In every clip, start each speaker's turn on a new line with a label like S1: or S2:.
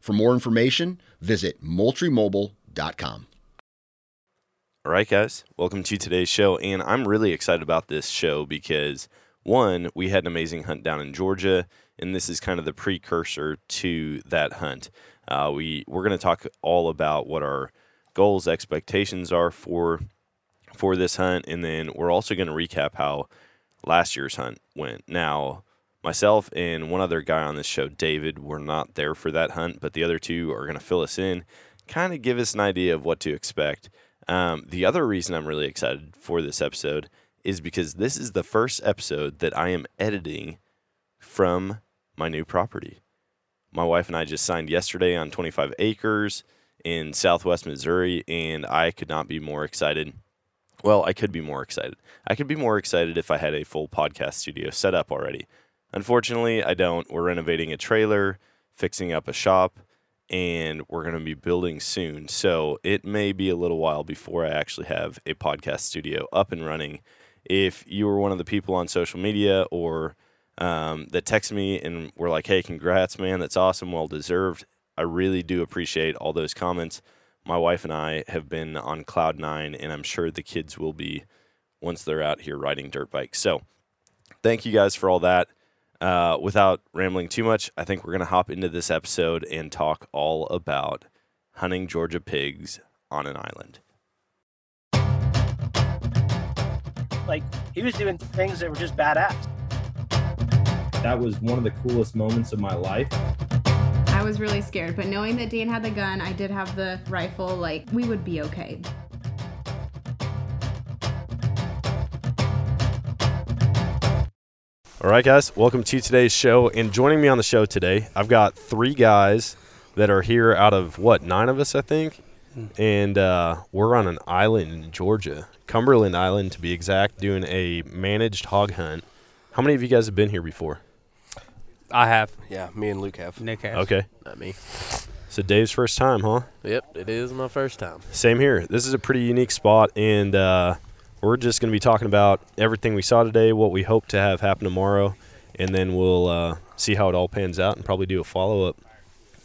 S1: For more information, visit MoultrieMobile.com.
S2: All right, guys, welcome to today's show. And I'm really excited about this show because, one, we had an amazing hunt down in Georgia, and this is kind of the precursor to that hunt. Uh, we, we're going to talk all about what our goals, expectations are for, for this hunt, and then we're also going to recap how last year's hunt went. Now, Myself and one other guy on this show, David, were not there for that hunt, but the other two are going to fill us in, kind of give us an idea of what to expect. Um, the other reason I'm really excited for this episode is because this is the first episode that I am editing from my new property. My wife and I just signed yesterday on 25 acres in southwest Missouri, and I could not be more excited. Well, I could be more excited. I could be more excited if I had a full podcast studio set up already. Unfortunately, I don't. We're renovating a trailer, fixing up a shop, and we're going to be building soon. So it may be a little while before I actually have a podcast studio up and running. If you were one of the people on social media or um, that text me and were like, hey, congrats, man, that's awesome, well deserved, I really do appreciate all those comments. My wife and I have been on Cloud Nine, and I'm sure the kids will be once they're out here riding dirt bikes. So thank you guys for all that. Uh, without rambling too much, I think we're going to hop into this episode and talk all about hunting Georgia pigs on an island.
S3: like he was doing things that were just badass.
S4: That was one of the coolest moments of my life.
S5: I was really scared, but knowing that Dan had the gun, I did have the rifle, like, we would be okay.
S2: All right, guys, welcome to today's show. And joining me on the show today, I've got three guys that are here out of what, nine of us, I think. And uh, we're on an island in Georgia, Cumberland Island to be exact, doing a managed hog hunt. How many of you guys have been here before?
S6: I have.
S7: Yeah, me and Luke have.
S6: Nick has.
S2: Okay.
S7: Not me.
S2: So Dave's first time, huh?
S7: Yep, it is my first time.
S2: Same here. This is a pretty unique spot, and uh, we're just going to be talking about everything we saw today, what we hope to have happen tomorrow, and then we'll uh, see how it all pans out and probably do a follow up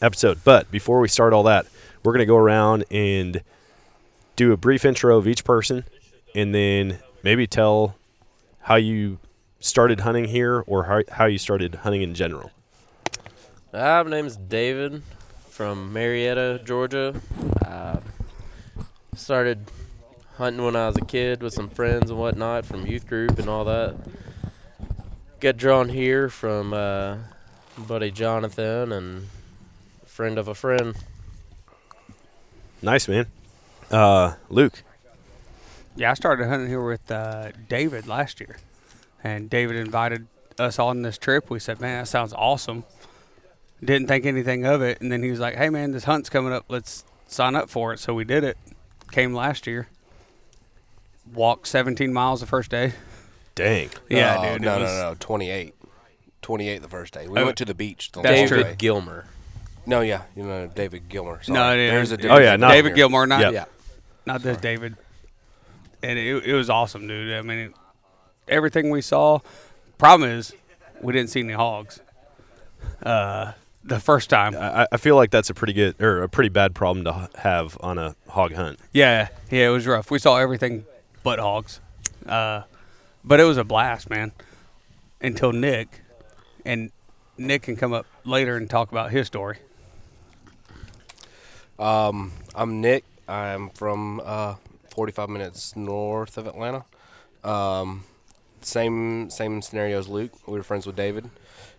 S2: episode. But before we start all that, we're going to go around and do a brief intro of each person, and then maybe tell how you started hunting here or how, how you started hunting in general.
S7: Uh, my name's David from Marietta, Georgia. Uh, started hunting when I was a kid with some friends and whatnot from youth group and all that. Got drawn here from uh, buddy Jonathan and friend of a friend.
S2: Nice, man. Uh, Luke.
S6: Yeah, I started hunting here with uh, David last year, and David invited us on this trip. We said, "Man, that sounds awesome." Didn't think anything of it, and then he was like, "Hey, man, this hunt's coming up. Let's sign up for it." So we did it. Came last year. Walked 17 miles the first day. Uh,
S2: Dang.
S6: yeah,
S8: Oh,
S7: No,
S6: dude. it
S7: No,
S6: was-
S7: no, no. 28. 28 the first day. We
S6: Oh,
S7: went to the beach. The
S6: that's
S7: long
S6: true.
S7: way.
S8: Gilmer.
S7: No, yeah. You know, David Gilmer. Sorry.
S6: No, dude.
S7: There's a
S6: dude.
S7: difference.
S2: Oh, yeah, not-
S6: David Gilmore, not
S2: Yeah.
S7: Yeah.
S6: not this David. And it, it was awesome, dude. I mean, it, everything we saw. Problem is, we didn't see any hogs. uh, the first time.
S2: I, I feel like that's a pretty good or a pretty bad problem to h- have on a hog hunt.
S6: Yeah, yeah, it was rough. We saw everything but hogs, uh, but it was a blast, man. Until Nick, and Nick can come up later and talk about his story.
S8: Um, I'm Nick. I'm from uh, 45 minutes north of Atlanta. Um, same same scenario as Luke. We were friends with David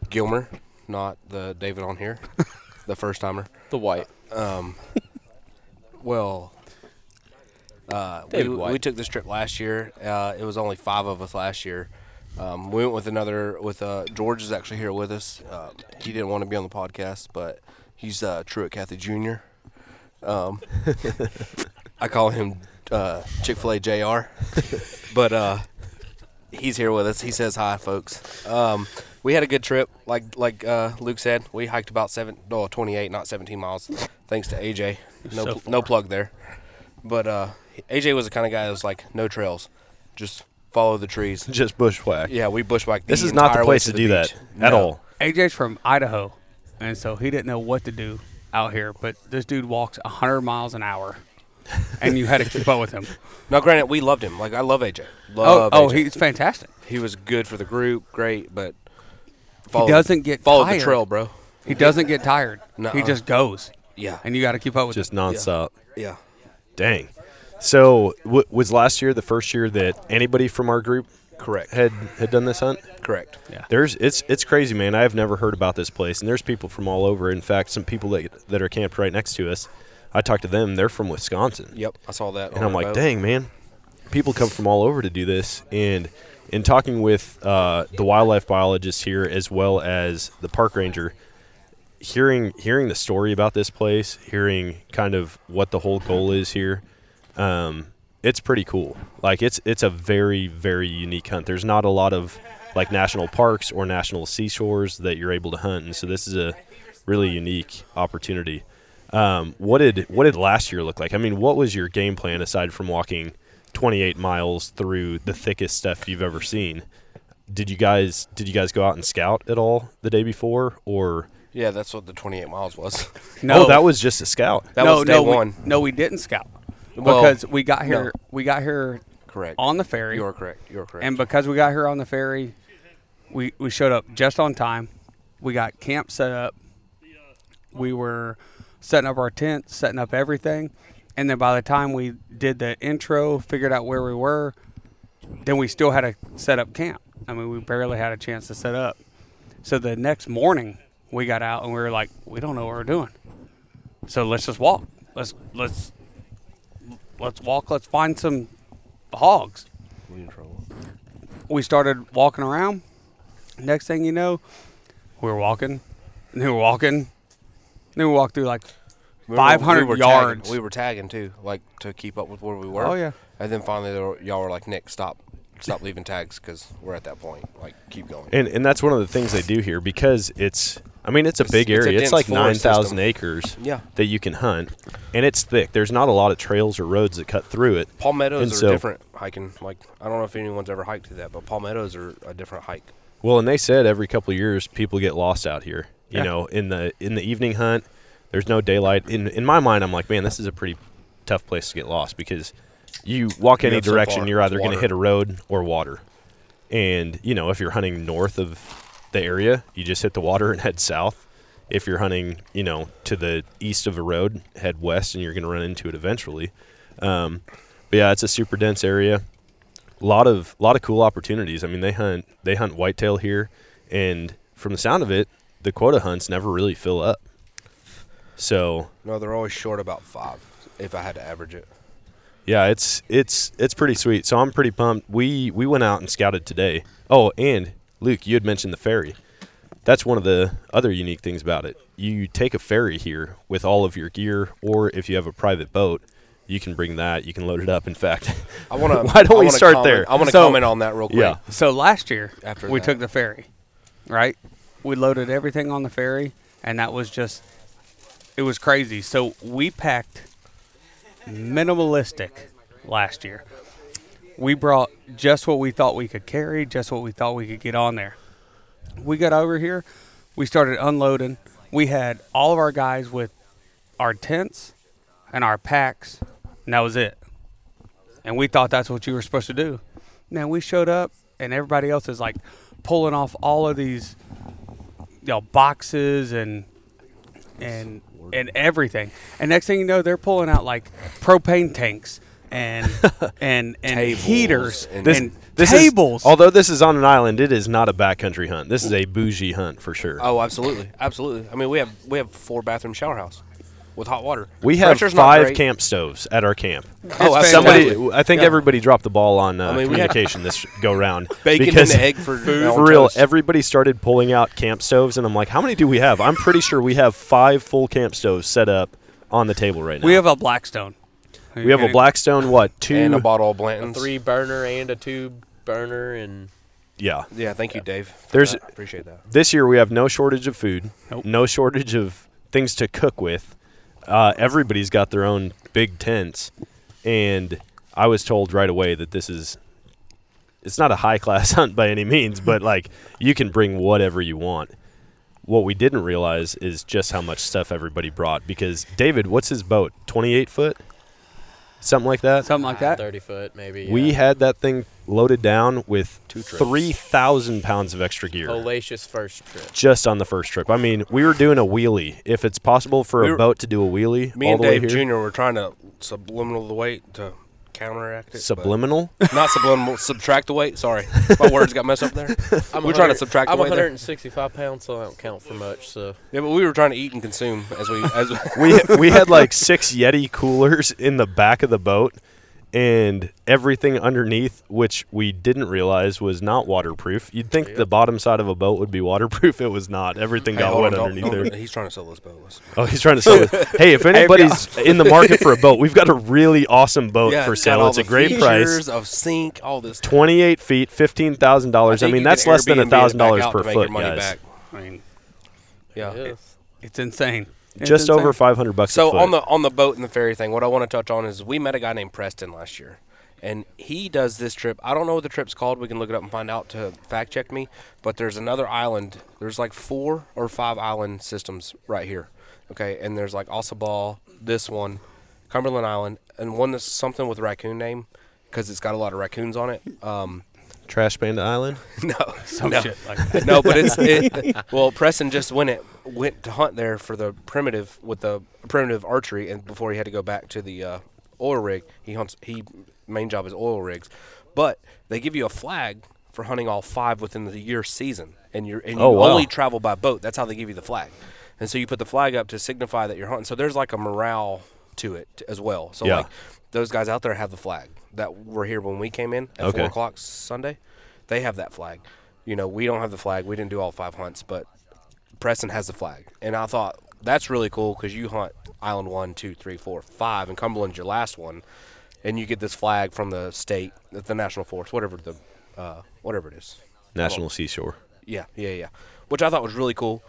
S8: Gilmer, not the David on here, the first timer.
S7: The white.
S8: Um, well, uh, we,
S7: David White.
S8: we took this trip last year. Uh, it was only five of us last year. Um, we went with another. With uh, George is actually here with us. Um, he didn't want to be on the podcast, but he's uh, Truett Cathy Jr. Um, I call him uh, Chick Fil A Jr. but uh, he's here with us. He says hi, folks. Um, we had a good trip. Like like uh, Luke said, we hiked about seven, no, 28, not 17 miles. Thanks to AJ. No,
S6: So
S8: pl- no plug there. But uh, AJ was the kind of guy that was like, no trails, just follow the trees.
S2: Just bushwhack.
S8: Yeah, we bushwhacked.
S2: This is not the
S8: entire way
S2: place
S8: to
S2: to
S8: the
S2: do that
S8: beach.
S2: at
S8: No.
S2: all.
S6: AJ's from Idaho, and so he didn't know what to do out here. But this dude walks hundred miles an hour, and you had to keep up with him.
S8: No, granted, we loved him. Like I love AJ.
S6: Oh,
S8: Love
S6: oh,
S8: AJ.
S6: he's fantastic.
S8: he was good for the group, great, but follow,
S6: doesn't get
S8: follow
S6: tired.
S8: the trail, bro.
S6: He doesn't get tired. He
S8: Nuh-uh.
S6: just goes,
S8: Yeah,
S6: and you got to keep up with him.
S2: Just nonstop.
S8: yeah.
S2: Dang. So w- was last year the first year that anybody from our group
S8: Correct.
S2: had had done this hunt?
S8: Correct.
S2: There's it's it's crazy, man. I've never heard about this place, and there's people from all over. In fact, some people that that are camped right next to us. I talked to them. They're from Wisconsin.
S8: Yep, I saw that.
S2: and
S8: on
S2: I'm
S8: the
S2: like,
S8: boat.
S2: dang, man, people come from all over to do this. And in talking with uh, the wildlife biologist here, as well as the park ranger, hearing hearing the story about this place, hearing kind of what the whole goal is here, um, it's pretty cool. Like it's it's a very very unique hunt. There's not a lot of like national parks or national seashores that you're able to hunt, and so this is a really unique opportunity. Um, what did what did last year look like? I mean, what was your game plan aside from walking 28 miles through the thickest stuff you've ever seen? Did you guys did you guys go out and scout at all the day before or
S8: Yeah, that's what the 28 miles was.
S2: Oh, that was just a scout.
S8: That
S6: no,
S8: was day
S6: no,
S8: one.
S6: We, no, we didn't scout
S8: Well,
S6: because we got here. We got here
S8: Correct.
S6: on the ferry,
S8: you are correct. You are correct.
S6: and because we got here on the ferry, we we showed up just on time. We got camp set up. We were setting up our tent, setting up everything, and then by the time we did the intro, figured out where we were, then we still had to set up camp. I mean, we barely had a chance to set up. So the next morning, we got out and we were like, we don't know what we're doing. So let's just walk. Let's let's let's walk. Let's find some hogs. We started walking around. Next thing you know, we were walking. And we were walking. Then we walked through like
S8: We were-
S6: 500
S8: we were
S6: yards.
S8: Tagging, we were tagging too, like to keep up with where we were.
S6: Oh, yeah.
S8: And then finally, they were, y'all were like, Nick, stop, stop leaving tags because we're at that point. Like, keep going.
S2: And and that's one of the things they do here because it's I mean it's a big
S8: it's a
S2: area. It's,
S8: dense
S2: like nine
S8: forest
S2: thousand
S8: system.
S2: acres
S8: Yeah.
S2: that you can hunt, and it's thick. There's not a lot of trails or roads that cut through it.
S8: palmettos
S2: And
S8: are
S2: so-
S8: different hiking. Like, I don't know if anyone's ever hiked through that, but palmettos are a different hike.
S2: Well, and they said every couple of years people get lost out here. You
S6: Yeah.
S2: know, in the in the evening hunt, there's no daylight. In in my mind, I'm like, man, this is a pretty tough place to get lost because you walk any
S8: have so
S2: direction,
S8: far.
S2: you're either
S8: It's
S2: going to
S8: water.
S2: hit a road or water. And you know, if you're hunting north of the area, you just hit the water and head south. If you're hunting, you know, to the east of a road, head west, and you're going to run into it eventually. Um, but yeah, it's a super dense area lot of lot of cool opportunities. I mean, they hunt they hunt whitetail here, and from the sound of it, the quota hunts never really fill up. So
S8: No, they're always short about five. If I had to average it,
S2: yeah, it's it's it's pretty sweet. So I'm pretty pumped. We we went out and scouted today. Oh, and Luke, you had mentioned the ferry. That's one of the other unique things about it. You take a ferry here with all of your gear, or if you have a private boat, you can bring that. You can load it up. In fact,
S8: I want to.
S2: Why don't we start there?
S8: I want to
S6: So-
S8: comment on that real quick.
S2: Yeah.
S6: So last year,
S8: After
S6: we
S8: that.
S6: took the ferry, right? We loaded everything on the ferry, and that was just, it was crazy. So we packed minimalistic last year. We brought just what we thought we could carry, just what we thought we could get on there. We got over here, We started unloading. We had all of our guys with our tents and our packs, and that was it. And we thought that's what you were supposed to do. Now we showed up, and everybody else is like pulling off all of these, you know, boxes and and and everything. And next thing you know, they're pulling out like propane tanks and and and
S8: Tables
S6: heaters
S8: and-
S6: and,
S8: This-
S2: This is-
S6: tables.
S2: although this is on an island, it is not a backcountry hunt. This is a bougie hunt for sure.
S8: Oh, absolutely, absolutely. I mean, we have we have four bathroom shower house with hot water.
S2: we have
S8: Pressure's not
S2: five
S8: great.
S2: camp stoves at our camp.
S8: Oh,
S6: It's
S8: absolutely.
S2: Somebody, I think everybody dropped the ball on uh,
S8: I mean, we had-
S2: communication this go round.
S8: bacon
S2: because
S8: and egg for food.
S2: For real, everybody started pulling out camp stoves, and I'm like, how many do we have? I'm pretty sure we have five full camp stoves set up on the table right now.
S6: we have a Blackstone.
S2: we have a Blackstone, what, two?
S8: and a bottle of Blanton's.
S7: Three burner and a two burner and
S2: yeah.
S8: Yeah, thank you, Dave. for
S2: There's-
S8: that. appreciate that.
S2: This year we have no shortage of food,
S6: Nope.
S2: no shortage of things to cook with. Uh, everybody's got their own big tents, and I was told right away that this is. It's not a high class hunt by any means, but like you can bring whatever you want. What we didn't realize is just how much stuff everybody brought because David, what's his boat? 28 foot? Something like that?
S6: something like that.
S7: thirty foot maybe.
S2: We had that thing loaded down with
S7: trips.
S2: 3,000 pounds of extra gear
S7: hellacious first trip.
S2: just on the first trip. I mean, we were doing a wheelie. If it's possible for
S8: We
S2: a
S8: were-
S2: boat to do a wheelie,
S8: Me
S2: all
S8: and
S2: the way
S8: Dave
S2: here,
S8: Jr. were trying to subliminal the weight to counteract it. but-
S2: subliminal.
S8: Not subliminal. subtract the weight. Sorry, my words got messed up there.
S7: I'm
S8: we're trying
S7: 100
S8: to subtract
S7: I'm
S8: the weight there.
S7: 165 pounds, so I don't count for much. So
S8: Yeah, but we were trying to eat and consume as we as we,
S2: we we had like six Yeti coolers in the back of the boat, and everything underneath, which we didn't realize was not waterproof. You'd think the bottom side of a boat would be waterproof. It was not. Everything
S8: Hey,
S2: got
S8: hold
S2: wet
S8: on, don't-
S2: underneath
S8: don't-
S2: there.
S8: He's trying to sell this boat. Listen.
S2: Oh, he's trying to sell it. Hey, if anybody's in the market for a boat, we've got a really awesome boat
S8: Yeah,
S2: for
S8: it's got all
S2: sale. It's a
S8: the
S2: great price.
S8: features Of sink, all this.
S2: 28 feet, $15,000. I,
S8: think
S2: mean,
S8: you
S2: that's
S8: can
S2: less than
S8: Airbnb it back
S2: $1,000
S8: out
S2: per
S8: to make your
S2: foot,
S8: money
S2: guys.
S8: back.
S6: I mean,
S8: Yeah.
S7: yes.
S6: it's insane. It's
S2: Just
S6: insane.
S2: over 500 bucks a
S8: So
S2: foot.
S8: on the on the boat and the ferry thing, what I want to touch on is we met a guy named Preston last year, and he does this trip. I don't know what the trip's called. We can look it up and find out to fact check me. But there's another island. There's like four or five island systems right here. Okay, and there's like Osabal, this one, Cumberland Island, and one that's something with raccoon name because it's got a lot of raccoons on it. Um,
S2: Trash Panda Island?
S8: no,
S6: some
S8: no.
S6: shit like that.
S8: no, but it's it, well, Preston just went it went to hunt there for the primitive with the primitive archery, and before he had to go back to the uh, oil rig, he hunts. He main job is oil rigs, but they give you a flag for hunting all five within the year season, and you're and you
S2: Oh, wow.
S8: only travel by boat. That's how they give you the flag, and so you put the flag up to signify that you're hunting. So there's like a morale to it as well. So
S2: Yeah.
S8: like those guys out there have the flag that were here when we came in at
S2: Okay.
S8: four o'clock Sunday. They have that flag. You know, we don't have the flag. We didn't do all five hunts, but Preston has the flag, and I thought that's really cool because you hunt Island one, two, three, four, five, and Cumberland's your last one, and you get this flag from the state, the national forest, whatever the, uh, whatever it is.
S2: National Seashore.
S8: Yeah, yeah, yeah. Which I thought was really cool.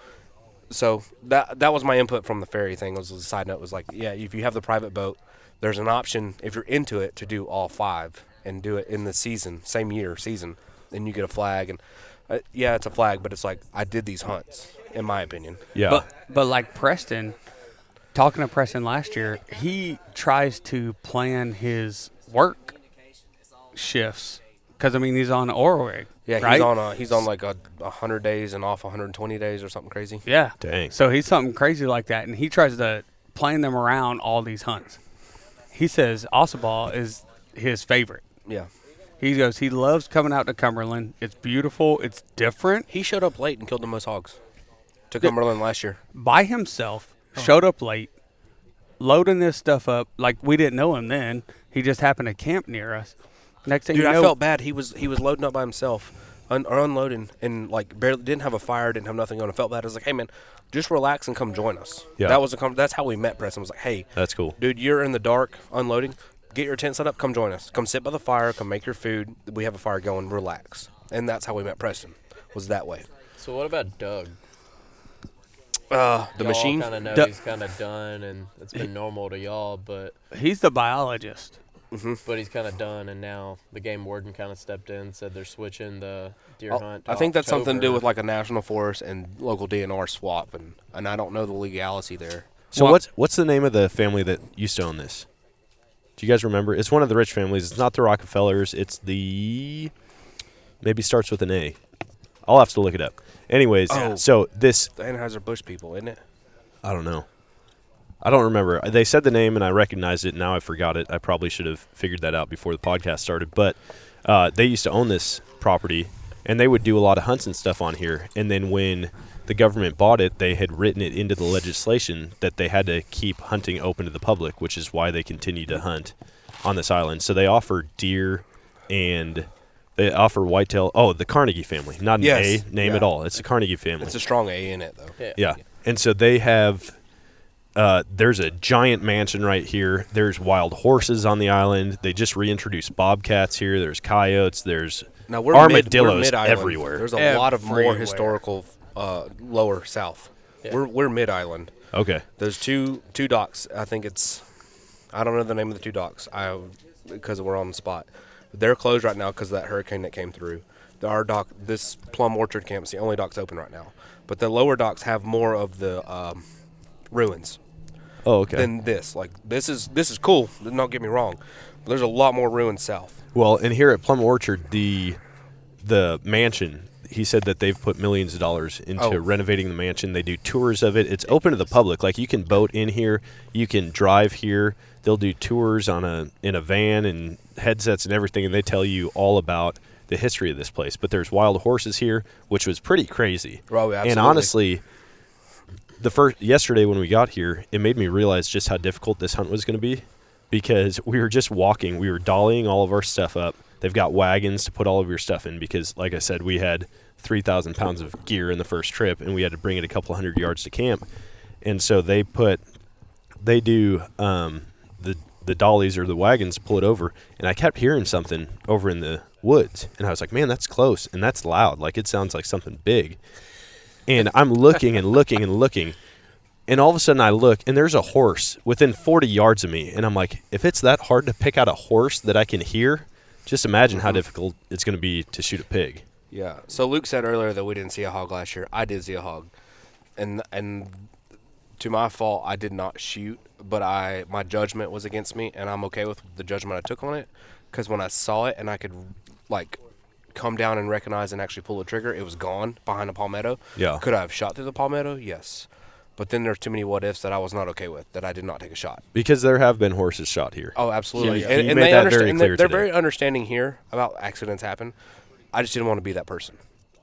S8: So that that was my input from the ferry thing. Was a side note was like, yeah, if you have the private boat, there's an option if you're into it to do all five and do it in the season, same year season, and you get a flag and uh, yeah, it's a flag, but it's like I did these hunts, in my opinion.
S2: Yeah.
S6: But but like Preston, talking to Preston last year, he tries to plan his work shifts because I mean he's on oil rig.
S8: Yeah, he's
S6: right?
S8: on a, he's on like a, a hundred days and off 120 days or something crazy.
S6: Yeah.
S2: Dang.
S6: So he's something crazy like that, and he tries to plan them around all these hunts. He says Osaball is his favorite.
S8: Yeah.
S6: He goes, he loves coming out to Cumberland. It's beautiful. It's different.
S8: He showed up late and killed the most hogs. To Cumberland last year.
S6: by himself, showed up late, loading this stuff up. Like we didn't know him then. He just happened to camp near us. Next thing
S8: Dude,
S6: you know,
S8: I felt bad. He was he was loading up by himself, un- or unloading, and like barely didn't have a fire, didn't have nothing on. I felt bad. I was like, hey man, just relax and come join us.
S2: Yeah.
S8: that was a com- that's how we met. Preston was like, hey,
S2: That's cool.
S8: dude. You're in the dark unloading. Get your tent set up. Come join us. Come sit by the fire. Come make your food. We have a fire going. Relax. And that's how we met Preston. Was that way?
S7: So what about Doug?
S8: Uh, the machine.
S7: kind of know
S6: Doug-
S7: he's kind of done, and it's been normal to y'all, but
S6: he's the biologist.
S7: but he's kind of done, and now the game warden kind of stepped in, said they're switching the deer
S8: I'll-
S7: hunt.
S8: Oh, I think that's something to do
S7: October.
S8: with like a national forest and local DNR swap, and, and I don't know the legality there.
S2: So
S6: Well,
S2: what's what's the name of the family that used to own this? Do you guys remember? It's one of the rich families. It's not the Rockefellers. It's the maybe starts with an A. I'll have to look it up. Anyways,
S8: Oh.
S2: so this
S8: The Anheuser Busch people, isn't it?
S2: I don't know. I don't remember. They said the name and I recognized it. Now I forgot it. I probably should have figured that out before the podcast started. But uh, they used to own this property and they would do a lot of hunts and stuff on here. And then when the government bought it, they had written it into the legislation that they had to keep hunting open to the public, which is why they continue to hunt on this island. So they offer deer and they offer whitetail. Oh, the Carnegie family. Not an
S8: Yes.
S2: A name at
S8: Yeah.
S2: all. It's the Carnegie family.
S8: It's a strong A in it though.
S7: Yeah.
S2: Yeah. And so they have uh, there's a giant mansion right here. There's wild horses on the island. They just reintroduced bobcats here. There's coyotes. There's
S8: Now we're
S2: armadillos
S8: mid, we're mid-island.
S2: everywhere.
S8: There's a lot of more
S6: Everywhere.
S8: historical uh, lower south. We're we're mid island.
S2: okay.
S8: There's two two docks. I think it's I don't know the name of the two docks. I because we're on the spot. They're closed right now because of that hurricane that came through. The- Our dock, this Plum Orchard camp's the only dock's open right now. But the lower docks have more of the um, ruins
S2: Oh, okay.
S8: than this. Like this is this is cool. Don't get me wrong. But there's a lot more ruins south.
S2: well, and here at Plum Orchard, the the mansion. He said that they've put millions of dollars into
S8: Oh.
S2: renovating the mansion. They do tours of it. It's open to the public. Like you can boat in here, you can drive here. They'll do tours on a in a van and headsets and everything, and they tell you all about the history of this place. But there's wild horses here, which was pretty crazy.
S8: Oh,
S2: And
S8: absolutely.
S2: honestly, the first yesterday when we got here, it made me realize just how difficult this hunt was going to be because we were just walking, we were dollying all of our stuff up. They've got wagons to put all of your stuff in because, like I said, we had 3,000 pounds of gear in the first trip and we had to bring it a couple hundred yards to camp. And so they put, they do um, the the dollies or the wagons pull it over, and I kept hearing something over in the woods, and I was like, man, that's close and that's loud. Like it sounds like something big and I'm looking and looking and looking. And all of a sudden I look and there's a horse within 40 yards of me and I'm like, if it's that hard to pick out a horse that I can hear, just imagine
S8: Mm-hmm.
S2: how difficult it's going to be to shoot a pig.
S8: Yeah. So Luke said earlier that we didn't see a hog last year. I did see a hog, and and to my fault, I did not shoot, but I my judgment was against me, and I'm okay with the judgment I took on it, because when I saw it and I could like come down and recognize and actually pull the trigger, it was gone behind a palmetto.
S2: Yeah.
S8: Could I have shot through the palmetto? Yes. But then there's too many what ifs that I was not okay with that I did not take a shot.
S2: Because there have been horses shot here.
S8: Oh, absolutely.
S2: He- he
S8: and and
S2: made
S8: they
S2: that
S8: understand.
S2: very
S8: and they-
S2: clear
S8: they're
S2: today.
S8: very understanding here about accidents happen. I just didn't want to be that person.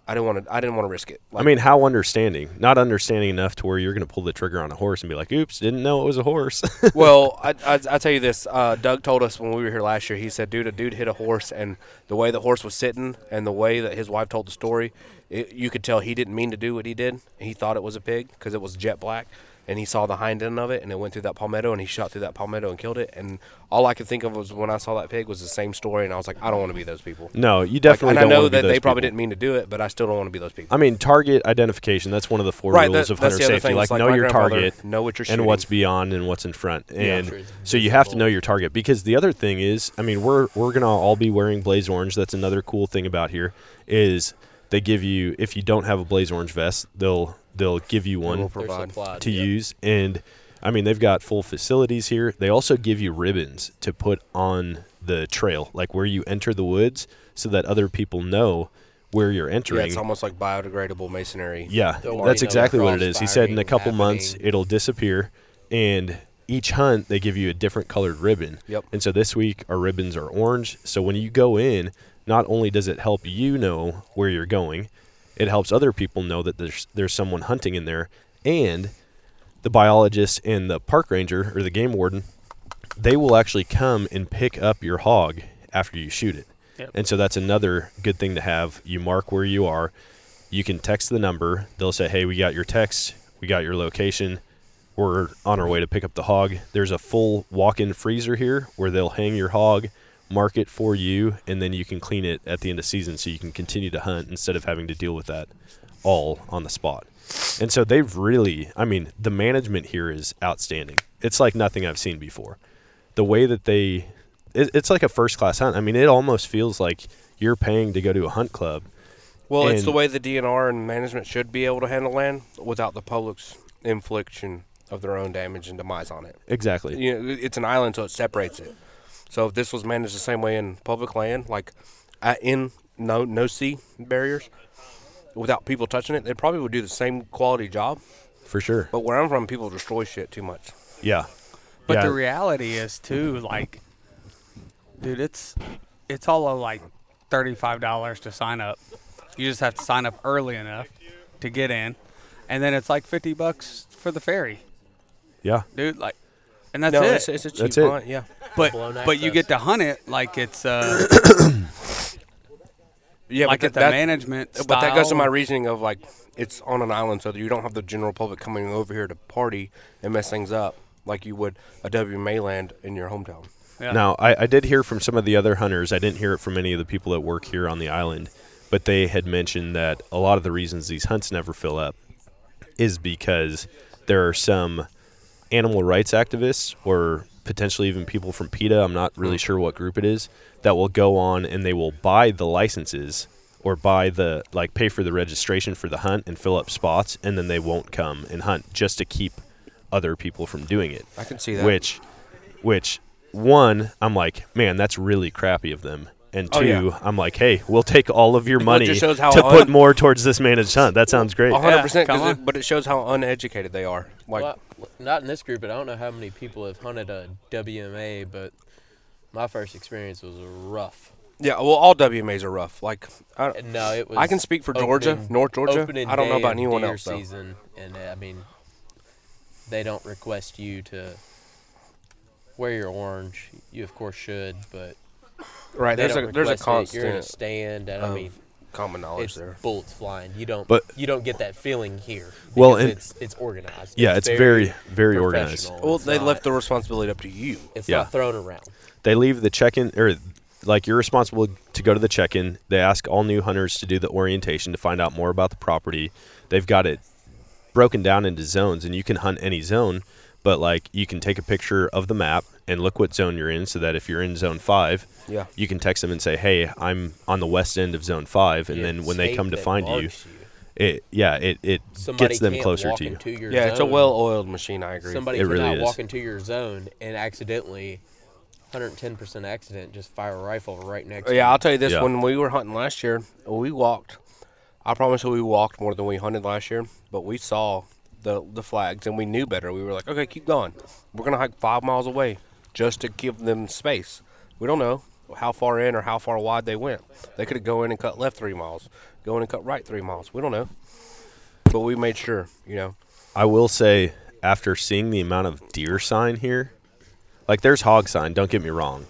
S8: I didn't want to. I didn't want to risk it.
S2: I mean, how understanding? Not understanding enough to where you're going to pull the trigger on a horse and be like, oops, didn't know it was a horse.
S8: well, I, I, I tell you this. Uh, Doug told us when we were here last year. He said, "Dude, a dude hit a horse, and the way the horse was sitting, and the way that his wife told the story, it, you could tell he didn't mean to do what he did. He thought it was a pig because it was jet black, and he saw the hind end of it, and it went through that palmetto, and he shot through that palmetto and killed it. And all I could think of was when I saw that pig was the same story, and I was like, I don't want to be those people.
S2: no, you definitely
S8: and
S2: don't
S8: I know
S2: wanna be
S8: that
S2: those
S8: they probably
S2: people.
S8: didn't mean to do it, but I still don't want to be those people.
S2: I mean, target identification. That's one of the four
S8: Right,
S2: rules
S8: that-
S2: of
S8: that's
S2: hunter
S8: the other
S2: safety.
S8: thing,
S2: Like,
S8: it's like
S2: know
S8: my
S2: your
S8: grandfather,
S2: target,
S8: know what you're
S2: and what's
S8: shooting.
S2: beyond and what's in front. And
S7: Sure, it's
S2: so you have to
S7: visible.
S2: know your target because the other thing is, I mean, we're we're gonna all be wearing blaze orange. That's another cool thing about here is they give you if you don't have a blaze orange vest, they'll they'll give you one
S8: They're provide
S7: supplied,
S2: to
S7: yeah.
S2: use. And I mean, they've got full facilities here. They also give you ribbons to put on the trail, like where you enter the woods, so that other people know where you're
S8: yeah,
S2: entering.
S8: it's almost like biodegradable masonry.
S2: Yeah,
S7: Don't worry,
S2: that's
S7: no
S2: exactly what it is. He said in a
S7: cross-firing
S2: couple months
S7: happening.
S2: it'll disappear, and each hunt they give you a different colored ribbon.
S8: Yep.
S2: And so this week our ribbons are orange. So when you go in, not only does it help you know where you're going, it helps other people know that there's there's someone hunting in there, and the biologist and the park ranger or the game warden, they will actually come and pick up your hog after you shoot it.
S6: Yep.
S2: And so that's another good thing to have. You mark where you are. You can text the number. They'll say, "Hey, we got your text. We got your location. We're on our way to pick up the hog." There's a full walk-in freezer here where they'll hang your hog, mark it for you, and then you can clean it at the end of season so you can continue to hunt instead of having to deal with that all on the spot. And so they've really, I mean, the management here is outstanding. It's like nothing I've seen before. The way that they it, it's like a first class hunt. I mean, it almost feels like you're paying to go to a hunt club.
S8: Well, it's the
S2: And-
S8: way the DNR and management should be able to handle land without the public's infliction of their own damage and demise on it.
S2: Exactly.
S8: You know, it's an island, so it separates it. So if this was managed the same way in public land, like uh, in no no sea barriers, without people touching it, they probably would do the same quality job.
S2: For sure.
S8: But where I'm from, people destroy shit too much.
S2: Yeah.
S6: But
S2: yeah.
S6: the reality is too, like, dude, it's it's all of like thirty-five dollars to sign up. You just have to sign up early enough to get in, and then it's like fifty bucks for the ferry,
S2: yeah.
S6: dude. Like, and that's
S8: no,
S6: it.
S8: it's, it's a cheap
S2: That's it.
S8: hunt. Yeah,
S6: but
S7: blown
S6: but you
S7: access.
S6: get to hunt it like it's uh
S8: yeah.
S6: like
S8: but
S6: it's a
S8: that-
S6: management.
S8: But that goes to
S6: style.
S8: my reasoning of like it's on an island, so that you don't have the general public coming over here to party and mess things up like you would a WMA land in your hometown.
S6: Yeah.
S2: Now, I, I did hear from some of the other hunters. I didn't hear it from any of the people that work here on the island, but they had mentioned that a lot of the reasons these hunts never fill up is because there are some animal rights activists or potentially even people from PETA, I'm not really
S8: Hmm.
S2: sure what group it is, that will go on and they will buy the licenses or buy the like pay for the registration for the hunt and fill up spots and then they won't come and hunt just to keep other people from doing it.
S8: I can see that.
S2: Which which one, I'm like, man, that's really crappy of them. And 2
S8: Oh, yeah.
S2: I'm like, hey, we'll take all of your money
S8: just shows how
S2: to
S8: un-
S2: put more towards this managed hunt. That sounds great.
S8: A hundred
S6: Yeah,
S8: percent, 'cause
S6: come
S8: it-
S6: on.
S8: but it shows how uneducated they are. Like
S7: Well, not in this group, but I don't know how many people have hunted a WMA, but my first experience was rough.
S8: Yeah, well, all WMAs are rough. Like, I,
S7: And No, it was.
S8: I can speak for Georgia,
S7: opening-
S8: North Georgia.
S7: opening
S8: I don't know
S7: day
S8: about
S7: of
S8: anyone
S7: deer
S8: else though.
S7: Season, and uh, I mean, they don't request you to wear your orange. You of course should, but
S8: Right?
S7: they
S8: There's
S7: don't
S8: a there's a
S7: request it. You're in a
S8: constant
S7: stand, and
S8: of
S7: I mean,
S8: common knowledge
S7: it's
S8: there.
S7: bullets flying. You don't.
S2: But-
S7: you don't get that feeling here.
S2: Well,
S7: because
S2: and-
S7: it's it's organized.
S2: yeah, it's very, very organized.
S7: professional.
S8: Well,
S7: It's
S8: they
S7: not-
S8: left the responsibility up to you.
S7: It's
S2: yeah.
S7: not thrown around.
S2: They leave the check-in or like you're responsible to go to the check-in. They ask all new hunters to do the orientation to find out more about the property. They've got it broken down into zones and you can hunt any zone, but like you can take a picture of the map and look what zone you're in so that if you're in zone 5,
S8: Yeah.
S2: you can text them and say, "Hey, I'm on the west end of zone 5." And
S7: Yeah,
S2: then when they
S7: state
S2: come to
S7: that
S2: find you,
S7: marks
S2: it yeah, it it
S7: Somebody
S2: gets them
S7: can't
S2: closer
S7: walk
S2: to you.
S7: into your
S8: Yeah, it's a
S7: zone.
S8: well-oiled machine. I agree.
S7: Somebody
S2: It
S7: cannot
S2: really is.
S7: walk into your zone and accidentally, 110% accident, just fire a rifle right next. to
S8: Yeah, I'll tell you this:
S2: Yeah.
S8: when we were hunting last year, we walked. I promise you, we walked more than we hunted last year, but we saw the the flags and we knew better. We were like, okay, keep going. We're gonna hike five miles away just to give them space. We don't know how far in or how far wide they went. They could have go in and cut left three miles, go in and cut right three miles. We don't know, but we made sure. You know,
S2: I will say, after seeing the amount of deer sign here, like there's hog sign, don't get me wrong,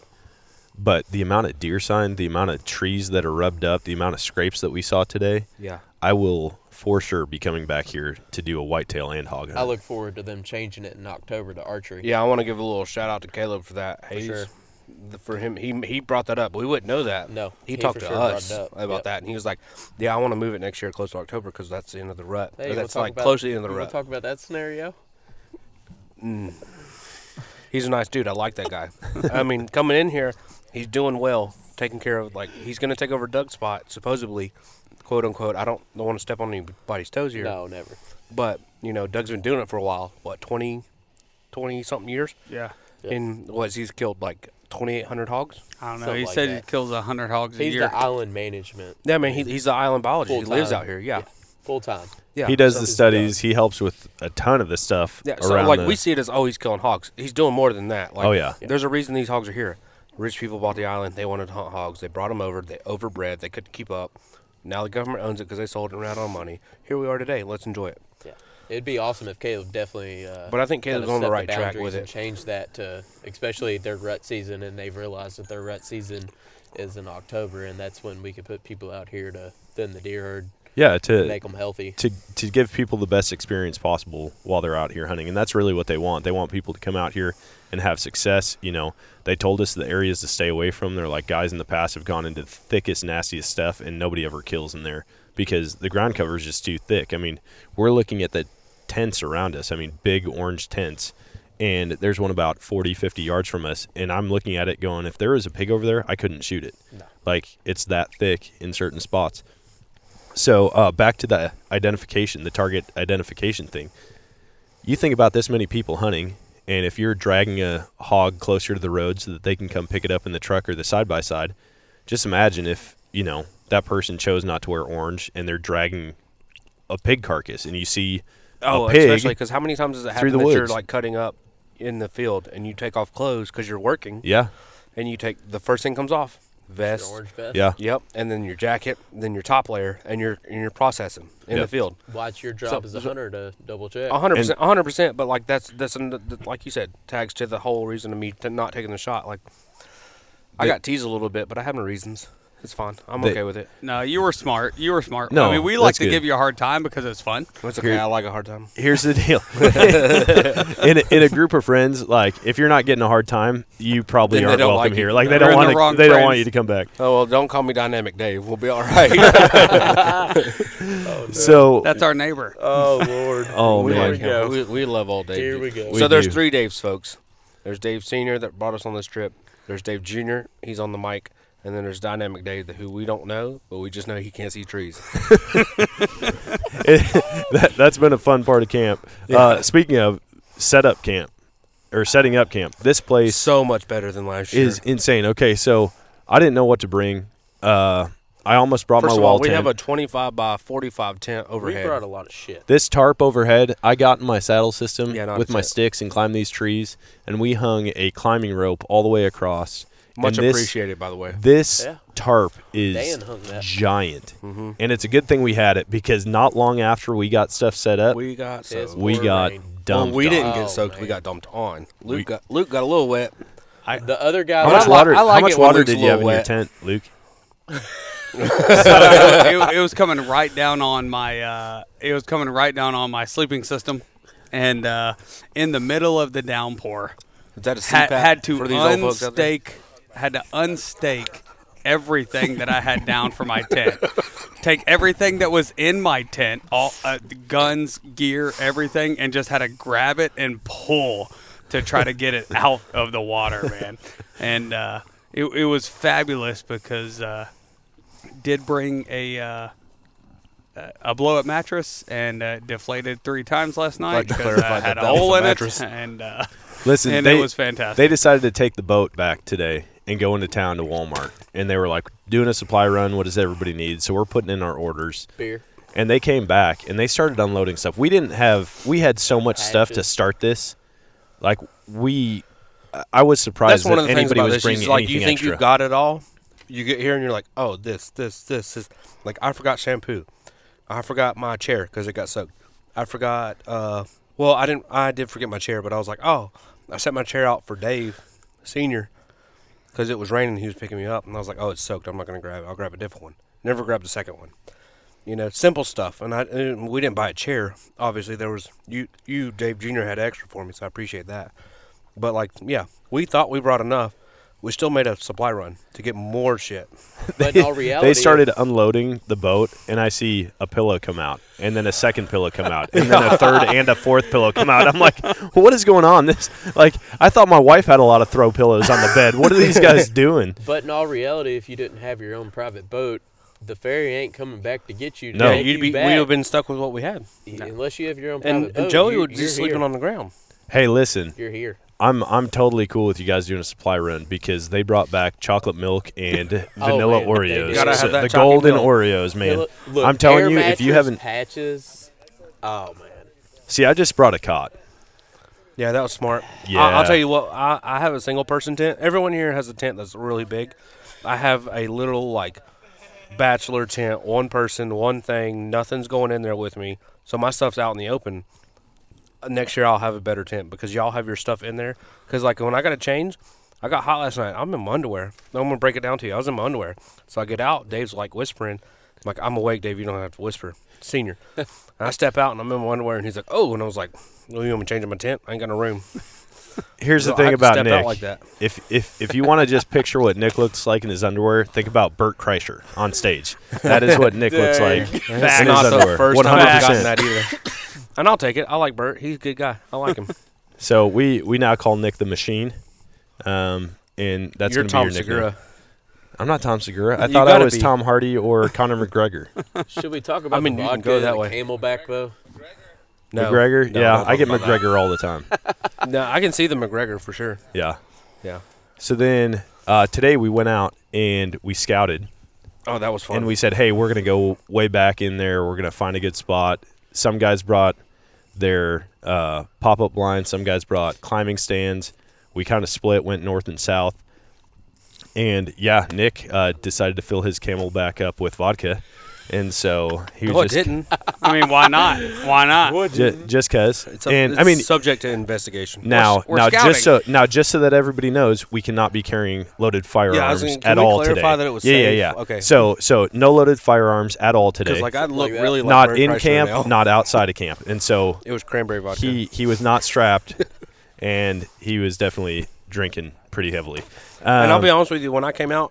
S2: but the amount of deer sign, the amount of trees that are rubbed up, the amount of scrapes that we saw today,
S8: yeah.
S2: I will for sure be coming back here to do a whitetail and hog hunt.
S7: I look forward to them changing it in October to archery.
S8: Yeah, I want to give a little shout out to Caleb for that. Hayes.
S7: sure.
S8: The- For him, he he brought that up. We wouldn't know that.
S7: No,
S8: he,
S7: he
S8: talked
S7: for
S8: to
S7: sure brought
S8: us
S7: it up.
S8: about
S7: Yep.
S8: that, and he was like, "Yeah, I want to move it next year, close to October, because that's the end of the rut.
S7: Hey,
S8: Or
S7: you wanna
S8: that's
S7: talk
S8: like
S7: about-
S8: close to the end
S7: you
S8: of the
S7: wanna
S8: rut."
S7: talk about that scenario?
S8: He's a nice dude. I like that guy. I mean, coming in here, he's doing well, taking care of like he's going to take over Doug's spot, supposedly, quote unquote. I don't, don't want to step on anybody's toes here,
S7: No, never.
S8: but you know, Doug's been doing it for a while. What 20, 20 something years?
S6: yeah.
S8: And what he's killed like twenty eight hundred hogs.
S6: I don't know.
S7: Something
S6: He
S7: like
S6: said he
S7: that.
S6: kills a hundred hogs a
S7: He's
S6: year.
S7: the island management.
S8: Yeah, I mean, he, he's the island biologist. He
S7: Full-time.
S8: lives out here. Yeah.
S7: Full time.
S8: Yeah.
S2: he does the
S7: something's
S2: studies. He helps with a ton of the stuff
S8: Yeah.
S2: around.
S8: So, like,
S2: the-
S8: we see it as, oh, he's killing hogs. He's doing more than that. Like,
S2: Oh, yeah. Yeah.
S8: There's a reason these hogs are here. Rich people bought the island. They wanted to hunt hogs. They brought them over. They overbred. They couldn't keep up. Now the government owns it because they sold it and ran out on money. Here we are today. Let's enjoy it.
S7: Yeah. It'd be awesome if Caleb definitely. Uh,
S8: But I think
S7: kinda
S8: Caleb's on the
S7: set
S8: right track
S7: boundaries
S8: with
S7: and
S8: it.
S7: Change that to, especially their rut season, and they've realized that their rut season is in October, and that's when we could put people out here to thin the deer herd,
S2: yeah, to
S7: make them healthy.
S2: to to give people the best experience possible while they're out here hunting, and that's really what they want. They want people to come out here and have success. You know, they told us the areas to stay away from. They're like guys in the past have gone into the thickest, nastiest stuff, and nobody ever kills in there because the ground cover is just too thick. I mean, we're looking at the tents around us. I mean, big orange tents, and there's one about 40, 50 yards from us. And I'm looking at it going, if there was a pig over there, I couldn't shoot it. Like it's that thick in certain spots. So uh, back to the identification, the target identification thing. You think about this many people hunting, and if you're dragging a hog closer to the road so that they can come pick it up in the truck or the side by side, just imagine if you know that person chose not to wear orange and they're dragging a pig carcass, and you see
S8: Oh,
S2: a pig.
S8: especially because how many times does it
S2: through
S8: happen
S2: the
S8: that you're
S2: woods.
S8: like cutting up in the field and you take off clothes because you're working
S2: yeah,
S8: and you take the first thing comes off vest.
S7: Orange vest.
S2: yeah,
S8: Yep, and then your jacket, then your top layer, and you're and you're processing in
S2: Yep.
S8: the field.
S7: Watch your job as a
S8: so- Uh-huh.
S7: hunter to double check.
S8: A hundred percent, a hundred percent. But like that's that's an, th- like you said, tags to the whole reason of me t- not taking the shot. Like I got teased a little bit, but I have my reasons. It's fine. I'm
S2: They-
S8: okay with it.
S6: No, you were smart. You were smart.
S2: No,
S6: I mean, we like
S2: that's
S6: to
S2: good.
S6: give you a hard time because it's fun.
S8: It's okay. I like a hard time.
S2: here's the deal. in, a, in a group of friends, like if you're not getting a hard time, you probably
S8: Then they
S2: aren't
S8: don't
S2: welcome
S8: like you.
S2: here. Like they
S6: You're
S2: don't
S6: in the
S2: want to.
S6: wrong
S2: They don't want
S6: friends.
S2: you to come back.
S8: Oh well, don't call me Dynamic Dave. We'll be all right.
S2: So
S6: That's our neighbor.
S7: Oh Lord.
S2: Oh,
S8: we
S2: man.
S8: like him. We, we love old Dave.
S7: Here we
S8: dude.
S7: go.
S2: We
S8: so there's
S2: do.
S8: three Daves, folks. There's Dave Senior that brought us on this trip. There's Dave Junior. He's on the mic. And then there's Dynamic Dave, who we don't know, but we just know he can't see trees.
S2: that, that's been a fun part of camp. Uh, speaking of setup camp or setting up camp, this place
S8: so much better than last year.
S2: is insane. Okay, so I didn't know what to bring. Uh, I almost brought
S8: First
S2: my
S8: of
S2: wall
S8: all, we
S2: tent.
S8: have a 25 by 45 tent
S7: we
S8: overhead.
S7: brought a lot of shit.
S2: this tarp overhead. I got in my saddle system
S8: Yeah, not
S2: with my
S8: upset.
S2: sticks and climbed these trees, and we hung a climbing rope all the way across.
S8: Much
S2: And this-
S8: appreciated, by the way.
S2: This
S7: Yeah.
S2: tarp is
S7: Dan hung that.
S2: giant,
S8: Mm-hmm.
S2: and it's a good thing we had it because not long after we got stuff set up, we,
S8: We got
S7: It's
S8: soaked.
S7: pouring
S2: got
S7: rain.
S8: Well,
S2: dumped.
S8: we
S2: on.
S8: didn't
S7: Oh,
S8: get soaked.
S7: man.
S8: We got dumped on. Luke got Luke got a little wet.
S7: The other guy.
S2: How
S7: that-
S2: much
S8: li-
S2: water?
S8: I like
S2: how much
S8: it when
S2: water
S8: Luke's a
S2: did you have in your
S8: little wet.
S2: tent, Luke?
S6: it, it was coming right down on my. Uh, it was coming right down on my sleeping system, and uh, in the middle of the downpour,
S8: Is that a
S6: had,
S8: CPAP
S6: had to
S8: for these old folks out there?
S6: unstake, had to unstake everything that I had down for my tent. Take everything that was in my tent, all uh, guns, gear, everything, and just had to grab it and pull to try to get it out of the water, man. And uh, it, it was fabulous because uh, did bring a. Uh, a blow up mattress and uh, deflated three times last night
S8: Glad to
S6: because
S8: clarify
S6: I had
S8: that
S6: a
S8: that was
S6: hole
S8: a
S6: in
S8: mattress.
S6: it and uh,
S2: Listen,
S6: and
S2: they,
S6: it was fantastic.
S2: They decided to take the boat back today and go into town to Walmart, and they were like doing a supply run. What does everybody need? So we're putting in our orders.
S7: Beer.
S2: And they came back and they started unloading stuff. We didn't have. We had so much stuff to
S7: Patches.
S2: start this. Like we, I- I was surprised
S8: That's one
S2: that
S8: of the things
S2: anybody
S8: about
S2: was
S8: this.
S2: bringing
S8: Is like
S2: anything
S8: you think
S2: extra.
S8: you've got it all, you get here and you're like, oh, this, this, this, this. Like I forgot shampoo, I forgot my chair because it got soaked. I forgot. uh Well, I didn't. I did forget my chair, but I was like, oh, I set my chair out for Dave, senior, because it was raining. He was picking me up, and I was like, oh, it's soaked. I'm not gonna grab it. I'll grab a different one. Never grabbed the second one. You know, simple stuff. And I and we didn't buy a chair. Obviously, there was you. You, Dave Junior, had extra for me, so I appreciate that. But like, yeah, we thought we brought enough. We still made a supply run to get more shit.
S7: But in all reality,
S2: they started unloading the boat, and I see a pillow come out, and then a second pillow come out, and then a third and a fourth pillow come out. I'm like, what is going on? This like I thought my wife had a lot of throw pillows on the bed. What are these guys doing?
S7: But in all reality, if you didn't have your own private boat, the ferry ain't coming back to get you. to
S2: No.
S7: take
S8: yeah, you'd
S7: you
S8: be,
S7: back,
S8: we'd have been stuck with what we had.
S7: unless you have your own private
S8: And,
S7: boat.
S8: and Joey
S7: you,
S8: would be
S7: you're
S8: sleeping
S7: here.
S8: on the ground.
S2: Hey, listen,
S7: You're here.
S2: I'm I'm totally cool with you guys doing a supply run because they brought back chocolate milk and vanilla
S7: man, they
S2: Oreos,
S7: did. Oh, Gotta
S8: have that
S2: the
S8: chocolate
S2: golden
S8: milk.
S2: Oreos, man.
S7: Look- look,
S2: I'm telling
S7: air
S2: you, if you
S7: mattress,
S2: haven't
S7: patches, oh man,
S2: see, I just brought a cot.
S8: Yeah, that was smart.
S2: Yeah.
S8: I, will tell you what. I, I have a single person tent. Everyone here has a tent that's really big. I have a little like bachelor tent, one person, one thing. Nothing's going in there with me, so my stuff's out in the open. Next year I'll have a better tent because y'all have your stuff in there. Because like when I got to change, I got hot last night. I'm in my underwear. I'm gonna break it down to you. I was in my underwear, so I get out. Dave's like whispering. I'm like I'm awake, Dave. You don't have to whisper, senior. and I step out and I'm in my underwear, and he's like, "Oh," and I was like, "Well, you want me changing my tent? I ain't got no room."
S2: Here's the
S8: So I
S2: thing
S8: could
S2: about
S8: step out
S2: Nick.
S8: like that.
S2: If if if you want to just picture what Nick looks like in his underwear, think about Bert Kreischer on stage. That is what Nick looks like in
S8: That's
S2: his
S8: not the
S2: underwear.
S8: first time I've gotten
S2: 100%.
S8: that either. And I'll take it. I like Bert. He's a good guy. I like him.
S2: So we we now call Nick the Machine, um, and that's
S8: You're
S2: gonna
S8: Tom
S2: be your nickname.
S8: Segura.
S2: I'm not Tom Segura. I
S6: You
S2: thought I
S6: gotta
S2: was
S6: be.
S2: Tom Hardy or Conor McGregor.
S7: Should we talk about
S8: mean,
S7: the
S8: you can
S7: vodka
S8: go that
S7: and
S8: way.
S7: the Camelback though?
S8: No.
S2: McGregor?
S8: No,
S2: yeah,
S8: don't
S2: I get
S8: talk about that.
S2: McGregor all the time.
S8: No, I can see the McGregor for sure.
S2: Yeah.
S8: Yeah.
S2: So then uh, today we went out and we scouted
S8: Oh, that was fun.
S2: and we said, hey, we're going to go way back in there. We're going to find a good spot. Some guys brought their uh, pop up blinds, some guys brought climbing stands. We kind of split, went north and south. And yeah, Nick uh, decided to fill his camel back up with vodka. And so he was
S6: No, it
S2: just.
S6: didn't. I mean, why not? Why not?
S2: ju- just because,
S8: It's up-
S2: and
S8: it's
S2: I mean,
S8: subject to investigation.
S2: Now,
S6: we're
S2: now, just so
S6: scouting.
S2: now, just so that everybody knows, we cannot be carrying loaded firearms
S8: I was gonna- can
S2: at
S8: we
S2: all
S8: clarify
S2: today.
S8: that it was
S2: yeah,
S8: safe?
S2: yeah, yeah.
S8: Okay.
S2: So, so no loaded firearms at all today.
S8: because like I look
S7: that.
S8: really like
S2: not
S8: Bert
S2: in
S8: Kreischer
S2: camp,
S8: now.
S2: not outside of camp, and so
S8: It was cranberry vodka.
S2: he he was not strapped, and he was definitely drinking pretty heavily. Um,
S8: and I'll be honest with you, when I came out,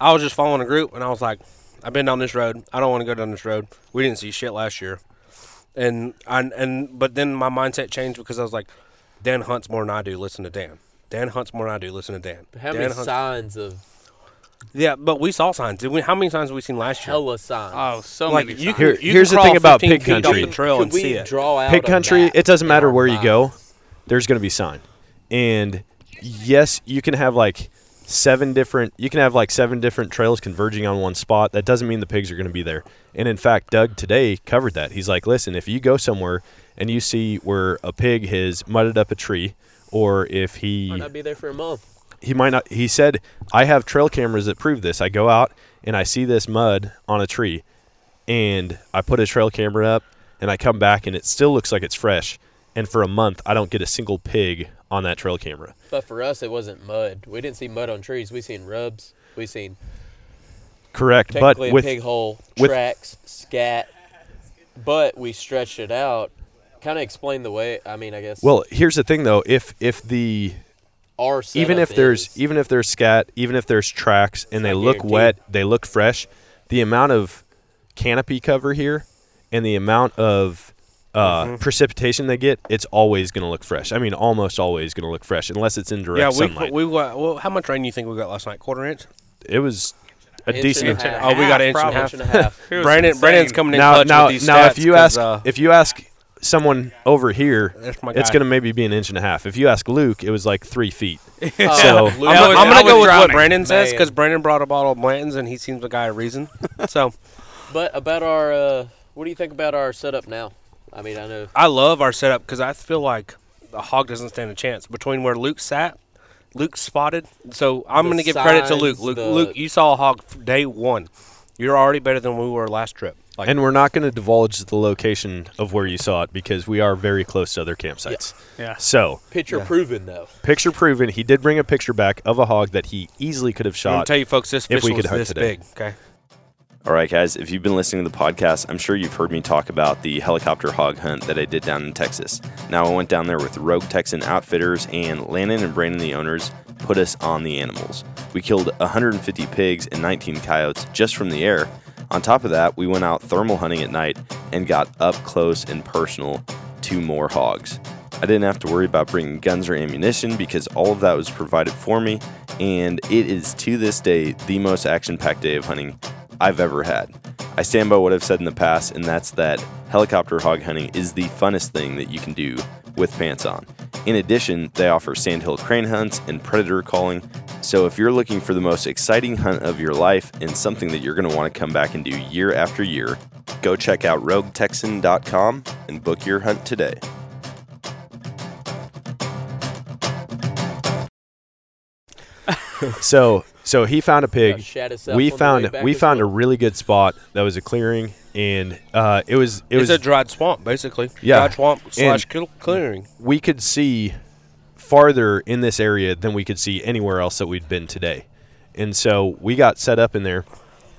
S8: I was just following a group, and I was like, "I've been down this road. I don't want to go down this road. We didn't see shit last year." And I, and but then my mindset changed because I was like, "Dan hunts more than I do. Listen to Dan. Dan hunts more than I do. Listen to Dan.
S7: How
S8: Dan
S7: many
S8: hunts-
S7: signs of
S8: Yeah, but we saw signs. Did we? How many signs have we seen last year?
S7: hella signs?
S6: Oh, so
S8: Like
S6: many
S8: you,
S6: times.
S2: Here-
S8: you
S2: here's the
S8: crawl
S2: thing about
S8: 15
S2: pig
S8: feet off
S2: country.
S8: the trail
S7: Could
S8: and
S7: we
S8: see it.
S7: draw out
S2: Pig
S7: a
S2: country,
S7: map
S2: it doesn't
S7: in
S2: matter
S7: our
S2: where you
S7: minds?
S2: go, there's going to be sign. And yes, you can have like seven different you can have like seven different trails converging on one spot. That doesn't mean the pigs are going to be there. And in fact, Doug today covered that. He's like, "Listen, if you go somewhere and you see where a pig has mudded up a tree or if he
S7: Might not be there for a month.
S2: he might not he said i have trail cameras that prove this i go out and i see this mud on a tree and i put a trail camera up and i come back and it still looks like it's fresh and for a month i don't get a single pig on that trail camera
S7: But for us, it wasn't mud. We didn't see mud on trees. We seen rubs. We seen
S2: correct but
S7: technically
S2: with
S7: a pig hole,
S2: with-
S7: tracks, scat. But we stretched it out, kind of explained the way. I mean, I guess.
S2: well here's the thing though if if the
S7: our
S2: even
S7: setup
S2: if there's
S7: is-
S2: even if there's scat even if there's tracks and they
S7: not
S2: look
S7: guaranteed.
S2: wet they look fresh the amount of canopy cover here and the amount of uh,
S8: Mm-hmm.
S2: precipitation they get it's always going to look fresh i mean almost always going to look fresh unless it's in direct
S8: Yeah, we
S2: sunlight
S8: we got, well, how much rain do you think we got last night? Quarter inch.
S2: it was a
S7: Inch
S2: decent
S7: and a half.
S8: Oh, we got an inch
S6: probably.
S8: and a half.
S7: Inch and a half.
S6: It was
S8: Brandon,
S6: insane.
S8: Brandon's coming in
S2: now
S8: clutch
S2: now
S8: with these
S2: now if
S8: stats
S2: you ask
S8: 'cause, uh,
S2: if you ask someone over here
S8: That's my
S2: it's
S8: guy.
S2: going to maybe be an inch and a half if you ask luke it was like three feet
S7: Oh,
S2: so
S7: Luke,
S8: I'm,
S6: I was-
S8: I'm
S6: I
S8: gonna
S6: was
S8: go with what
S6: drowning.
S8: Brandon says
S7: Man.
S8: because Brandon brought a bottle of Blanton's and he seems a guy of reason. so
S7: But about our, uh, what do you think about our setup now? I mean, I know.
S8: I love our setup because I feel like the hog doesn't stand a chance between where Luke sat, Luke spotted. So I'm
S7: The
S8: gonna give credit to
S7: signs,
S8: Luke. Luke,
S7: the-
S8: Luke, you saw a hog f- day one. You're already better than we were last trip. Like
S2: and we're not going to divulge the location of where you saw it because we are very close to other campsites
S6: Yeah.
S2: so
S7: Picture proven though.
S2: Picture proven. He did bring a picture back of a hog that he easily could have
S8: I'm gonna
S2: shot.
S8: tell you folks, this
S2: if
S8: fish
S2: we
S8: was
S2: could hunt
S8: this
S2: today.
S8: big. Okay.
S2: All right, guys, if you've been listening to the podcast, I'm sure you've heard me talk about the helicopter hog hunt that I did down in Texas. Now, I went down there with Rogue Texan Outfitters, and Landon and Brandon, the owners, put us on the animals. We killed 150 pigs and 19 coyotes just from the air. On top of that, we went out thermal hunting at night and got up close and personal to more hogs. I didn't have to worry about bringing guns or ammunition because all of that was provided for me, and it is to this day the most action packed day of hunting I've ever had. I stand by what I've said in the past, and that's that helicopter hog hunting is the funnest thing that you can do with pants on. In addition, they offer sandhill crane hunts and predator calling, so if you're looking for the most exciting hunt of your life and something that you're going to want to come back and do year after year, go check out roguetexan.com and book your hunt today. So, so he found a
S7: Got
S2: pig
S7: shat itself
S2: we
S7: on the way
S2: found
S7: back
S2: we
S7: as
S2: found a
S7: well.
S2: really good spot that was a clearing and uh, it was it
S8: it's
S2: was
S8: a dried swamp basically.
S2: Yeah.
S8: Dried swamp slash cl- clearing.
S2: we could see farther in this area than we could see anywhere else that we'd been today and so we got set up in there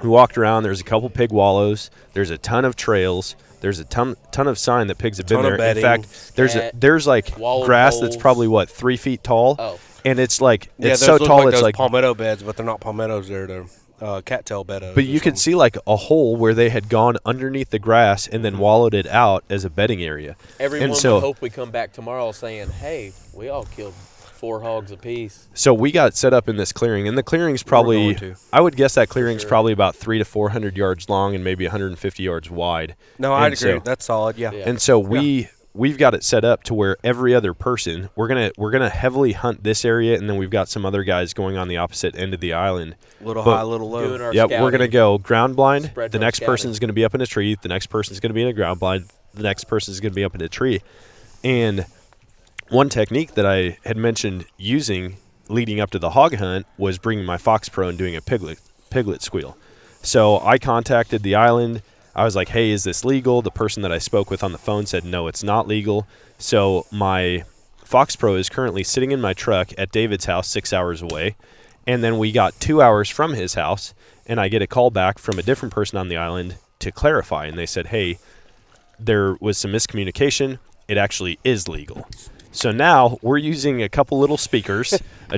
S2: we walked around there's a couple pig wallows there's a ton of trails there's a ton ton of sign that pigs have been
S8: Ton of
S2: there in
S8: bedding,
S2: fact there's a,
S7: scat,
S2: there's like
S7: wall of
S2: grass that's
S7: holes.
S2: probably what three feet tall
S7: Oh.
S2: and it's like
S8: Yeah,
S2: it's
S8: those
S2: so
S8: look
S2: tall
S8: like
S2: it's
S8: those
S2: like
S8: palmetto beds, but they're not palmettos. They're they're uh, cattail bed.
S9: But you could see like a hole where they had gone underneath the grass and then wallowed it out as a bedding area.
S7: Mm-hmm. Everyone
S9: and so,
S7: would hope we come back tomorrow saying, "Hey, we all killed four hogs apiece."
S9: so we got set up in this clearing, and the clearing's
S8: going
S9: probably
S8: to.
S9: I would guess that clearing's probably about three to four hundred yards long and maybe 150 yards wide.
S8: No, I'd
S9: And
S8: agree.
S9: so-
S8: That's solid. Yeah.
S7: Yeah.
S9: And so we we've got it set up to where every other person we're gonna we're gonna heavily hunt this area, and then we've got some other guys going on the opposite end of the island.
S8: Little
S9: But-
S8: high, little low.
S7: Doing our
S9: yep, we're gonna
S7: scouting.
S9: go ground blind.
S7: Spread
S9: the
S7: from
S9: next
S7: scouting.
S9: person's gonna be up in a tree. The next person's gonna be in a ground blind. The next person's gonna be up in a tree. And one technique that I had mentioned using leading up to the hog hunt was bringing my fox pro and doing a piglet piglet squeal. So I contacted the island. I was like, "Hey, is this legal?" The person that I spoke with on the phone said, "No, it's not legal." So my fox pro is currently sitting in my truck at David's house, six hours away. And then we got two hours from his house, and I get a call back from a different person on the island to clarify, and they said, "Hey, there was some miscommunication. It actually is legal. So now we're using a couple little speakers, a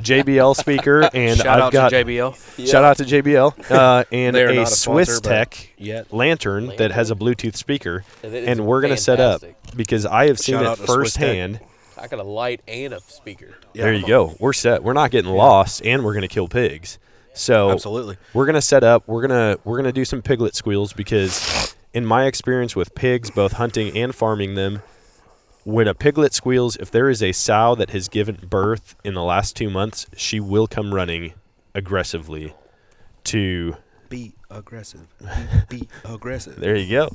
S9: JBL speaker, and
S8: Shout
S9: I've
S8: out
S9: got
S8: to JBL.
S9: shout out to JBL uh, and
S8: They are
S9: a,
S8: not a
S9: Swiss
S8: sponsor, but
S9: Tech
S8: yet.
S9: lantern, that has a Bluetooth speaker,
S7: And it is
S9: and we're gonna set
S7: fantastic.
S9: up because I have seen
S8: Shout
S9: it
S8: out to Swiss Tech.
S9: firsthand.
S7: I got a light and a speaker.
S8: Yeah.
S9: There you go. We're set. We're not getting lost, and we're gonna kill pigs. So
S8: Absolutely.
S9: we're gonna set up. We're gonna we're gonna do some piglet squeals because, in my experience with pigs, both hunting and farming them, when a piglet squeals, if there is a sow that has given birth in the last two months, she will come running aggressively. To
S8: Be aggressive. Be aggressive.
S9: there you go.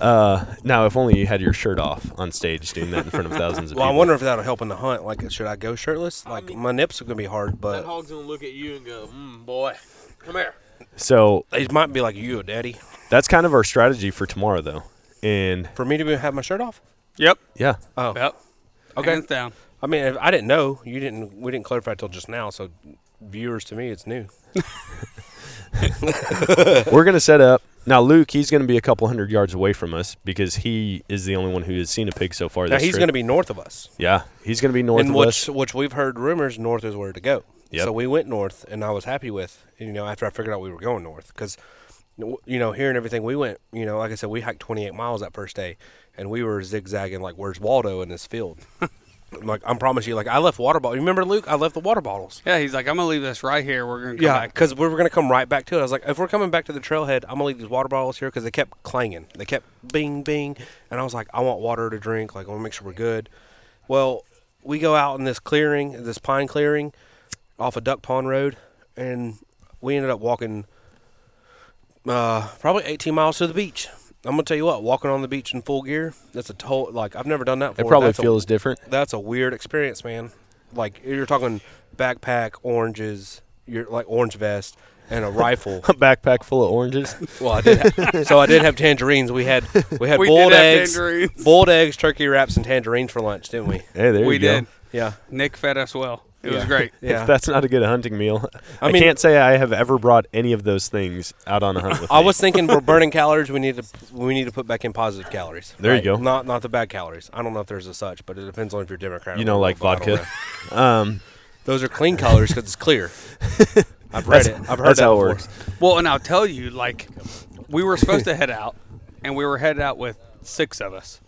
S9: Uh, now, if only you had your shirt off on stage doing that in front of thousands of
S8: Well, I
S9: people.
S8: wonder if that'll help in the hunt. Like, should I go shirtless? Like, my nips are gonna be hard,
S7: That
S8: but
S7: hog's gonna look at you and go, mm, "Boy, come here."
S9: So
S8: it might be like you, daddy.
S9: that's kind of our strategy for tomorrow, though. And
S8: For me to be- have my shirt off.
S6: Yep.
S9: yeah,
S8: Oh,
S6: Yep.
S8: Okay.
S6: Hands down.
S8: I mean, if- I didn't know. You didn't. We didn't clarify till just now. So, viewers, to me, it's new.
S9: We're gonna set up now. Luke, he's gonna be a couple hundred yards away from us because he is the only one who has seen a pig so far.
S8: Now
S9: This
S8: he's
S9: trip.
S8: gonna be north of us,
S9: yeah, he's gonna be north
S8: and
S9: of
S8: which
S9: us.
S8: which we've heard rumors north is where to go.
S9: Yep.
S8: So we went north, and I was happy with you know after I figured out we were going north because you know hearing everything we went you know like I said we hiked 28 miles that first day, and we were zigzagging like where's Waldo in this field. I'm like I promise you, like I left water bottle. You remember Luke? I left the water bottles.
S6: Yeah, he's like, I'm gonna leave this right here. We're gonna come
S8: Yeah,
S6: back.
S8: because we were gonna come right back to it. I was like, if we're coming back to the trailhead, I'm gonna leave these water bottles here because they kept clanging. They kept bing bing, and I was like, I want water to drink. Like, I want to make sure we're good. Well, we go out in this clearing, this pine clearing, off of Duck Pond Road, and we ended up walking uh, probably 18 miles to the beach. I'm gonna tell you what, walking on the beach in full gear, that's a total like I've never done that. before.
S9: It probably
S8: That's a-
S9: feels different.
S8: that's a weird experience, man. Like you're talking backpack, oranges, you're like orange vest and a rifle.
S9: Backpack full of oranges.
S8: well, I did. Have, so I did have tangerines. We had we had
S6: We did
S8: boiled
S6: have
S8: eggs,
S6: tangerines.
S8: boiled eggs, turkey wraps, and tangerines for lunch, didn't we?
S9: hey, there
S6: we
S9: you go.
S6: did.
S8: Yeah,
S6: Nick fed us well. It was great.
S8: yeah.
S9: If that's not a good hunting meal, I,
S8: mean-
S9: can't say I have ever brought any of those things out on a hunt with
S8: I
S9: me.
S8: was thinking we're burning calories. We need to we need to put back in positive calories.
S9: There you go.
S8: Not not the bad calories. I don't know if there's a such, but it depends on if you're Democrat. or
S9: You know, like
S8: liberal, but I don't
S9: vodka. Um,
S8: know. Those are clean calories because it's clear. I've read it. I've heard
S9: that's
S8: that
S9: how it
S8: before.
S9: works.
S6: Well, and I'll tell you, like, we were supposed to head out, and we were headed out with six of us.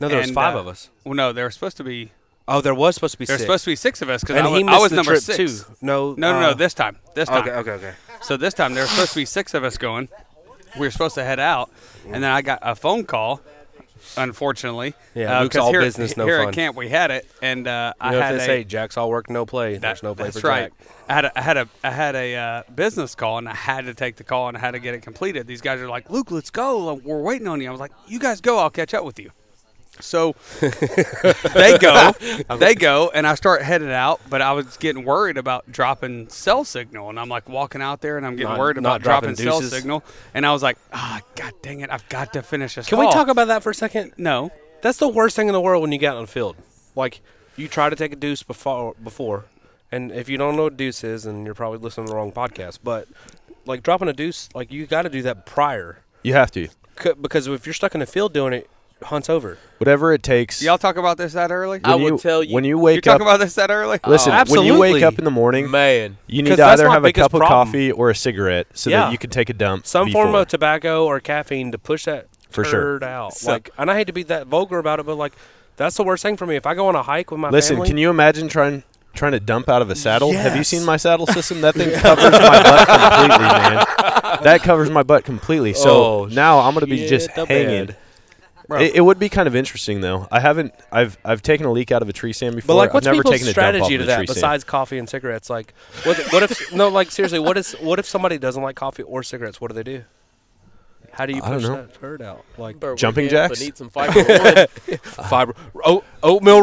S8: No, there was
S6: And,
S8: five
S6: uh,
S8: of us.
S6: Well, no, there were supposed to be
S8: Oh, there was supposed to be
S6: there were
S8: six.
S6: supposed to be six of us because
S8: and
S6: I was,
S8: he
S6: I
S8: missed
S6: was
S8: the
S6: number
S8: trip
S6: six.
S8: too. No,
S6: No, no,
S8: uh,
S6: no. This time, this time.
S8: Okay, okay, okay.
S6: So this time there were supposed to be six of us going. We were supposed to head out, and then I got a phone call. Unfortunately,
S8: Yeah, Luke's
S6: 'cause
S8: all
S6: here,
S8: business, no
S6: here
S8: fun.
S6: at camp we had it, and uh,
S8: You
S6: I
S8: know
S6: had
S8: if they
S6: a
S8: say Jack's all work, no play. There's no play
S6: that's
S8: for
S6: right.
S8: Jack.
S6: I had a, I had a I had a uh, business call and I had to take the call and I had to get it completed. These guys are like, Luke, let's go. We're waiting on you. I was like, you guys go. I'll catch up with you. So they go, they go, and I start heading out. But I was getting worried about dropping cell signal, and I'm like walking out there, and I'm getting
S8: Not-
S6: worried
S8: not
S6: about dropping,
S8: dropping
S6: cell
S8: deuces.
S6: signal. And I was like, ah, god dang it, I've got to finish this.
S8: Can we
S6: call."
S8: talk about that for a second?
S6: No,
S8: That's the worst thing in the world when you get out on the field. Like you try to take a deuce before before, and if you don't know what deuce is, then you're probably listening to the wrong podcast. But like dropping a deuce, like you got to do that prior,
S9: You have to.
S8: C- because if you're stuck in the field doing it, hunts over.
S9: Whatever it takes.
S6: Y'all talk about this that early?
S7: I would tell you- Uh,
S9: when
S6: You
S9: you wake
S6: talk
S9: up.
S6: about this that early?
S8: Uh,
S9: listen, when you wake
S7: Absolutely.
S9: up in the morning,
S7: Man,
S9: you need
S7: 'Cause
S9: to
S7: that's
S9: either
S7: my
S9: have a
S7: biggest
S9: cup of
S7: problem.
S9: coffee or a cigarette so
S7: Yeah.
S9: that you can take a dump.
S8: Some form
S9: before.
S8: of tobacco or caffeine to push that
S9: For sure.
S8: turd out.
S7: So-
S8: like, and I hate to be that vulgar about it, but like, that's the worst thing for me. If I go on a hike with my
S9: Listen,
S8: family,
S9: can you imagine trying trying to dump out of a saddle? Have you
S8: Yes.
S9: seen my saddle system? That thing covers my butt completely, man. That covers my butt completely. So
S8: Oh,
S9: now I'm gonna be
S8: shit,
S9: just
S8: the
S9: hanging.
S8: bed.
S9: It, it would be kind of interesting though. I haven't. I've I've taken a leak out of a tree stand before.
S8: But like, what's
S9: I've never
S8: people's
S9: taken a dump off
S8: strategy
S9: of
S8: to
S9: a
S8: that
S9: tree stand.
S8: besides coffee and cigarettes? Like, what, what if no? Like, seriously, what is what if somebody doesn't like coffee or cigarettes? What do they do? How do you
S9: I don't
S8: push
S9: know.
S8: that turd out? Like
S7: bro, we
S9: Jumping
S7: can't
S9: jacks?
S7: But need some fiber wood.
S8: fiber, oat, oatmeal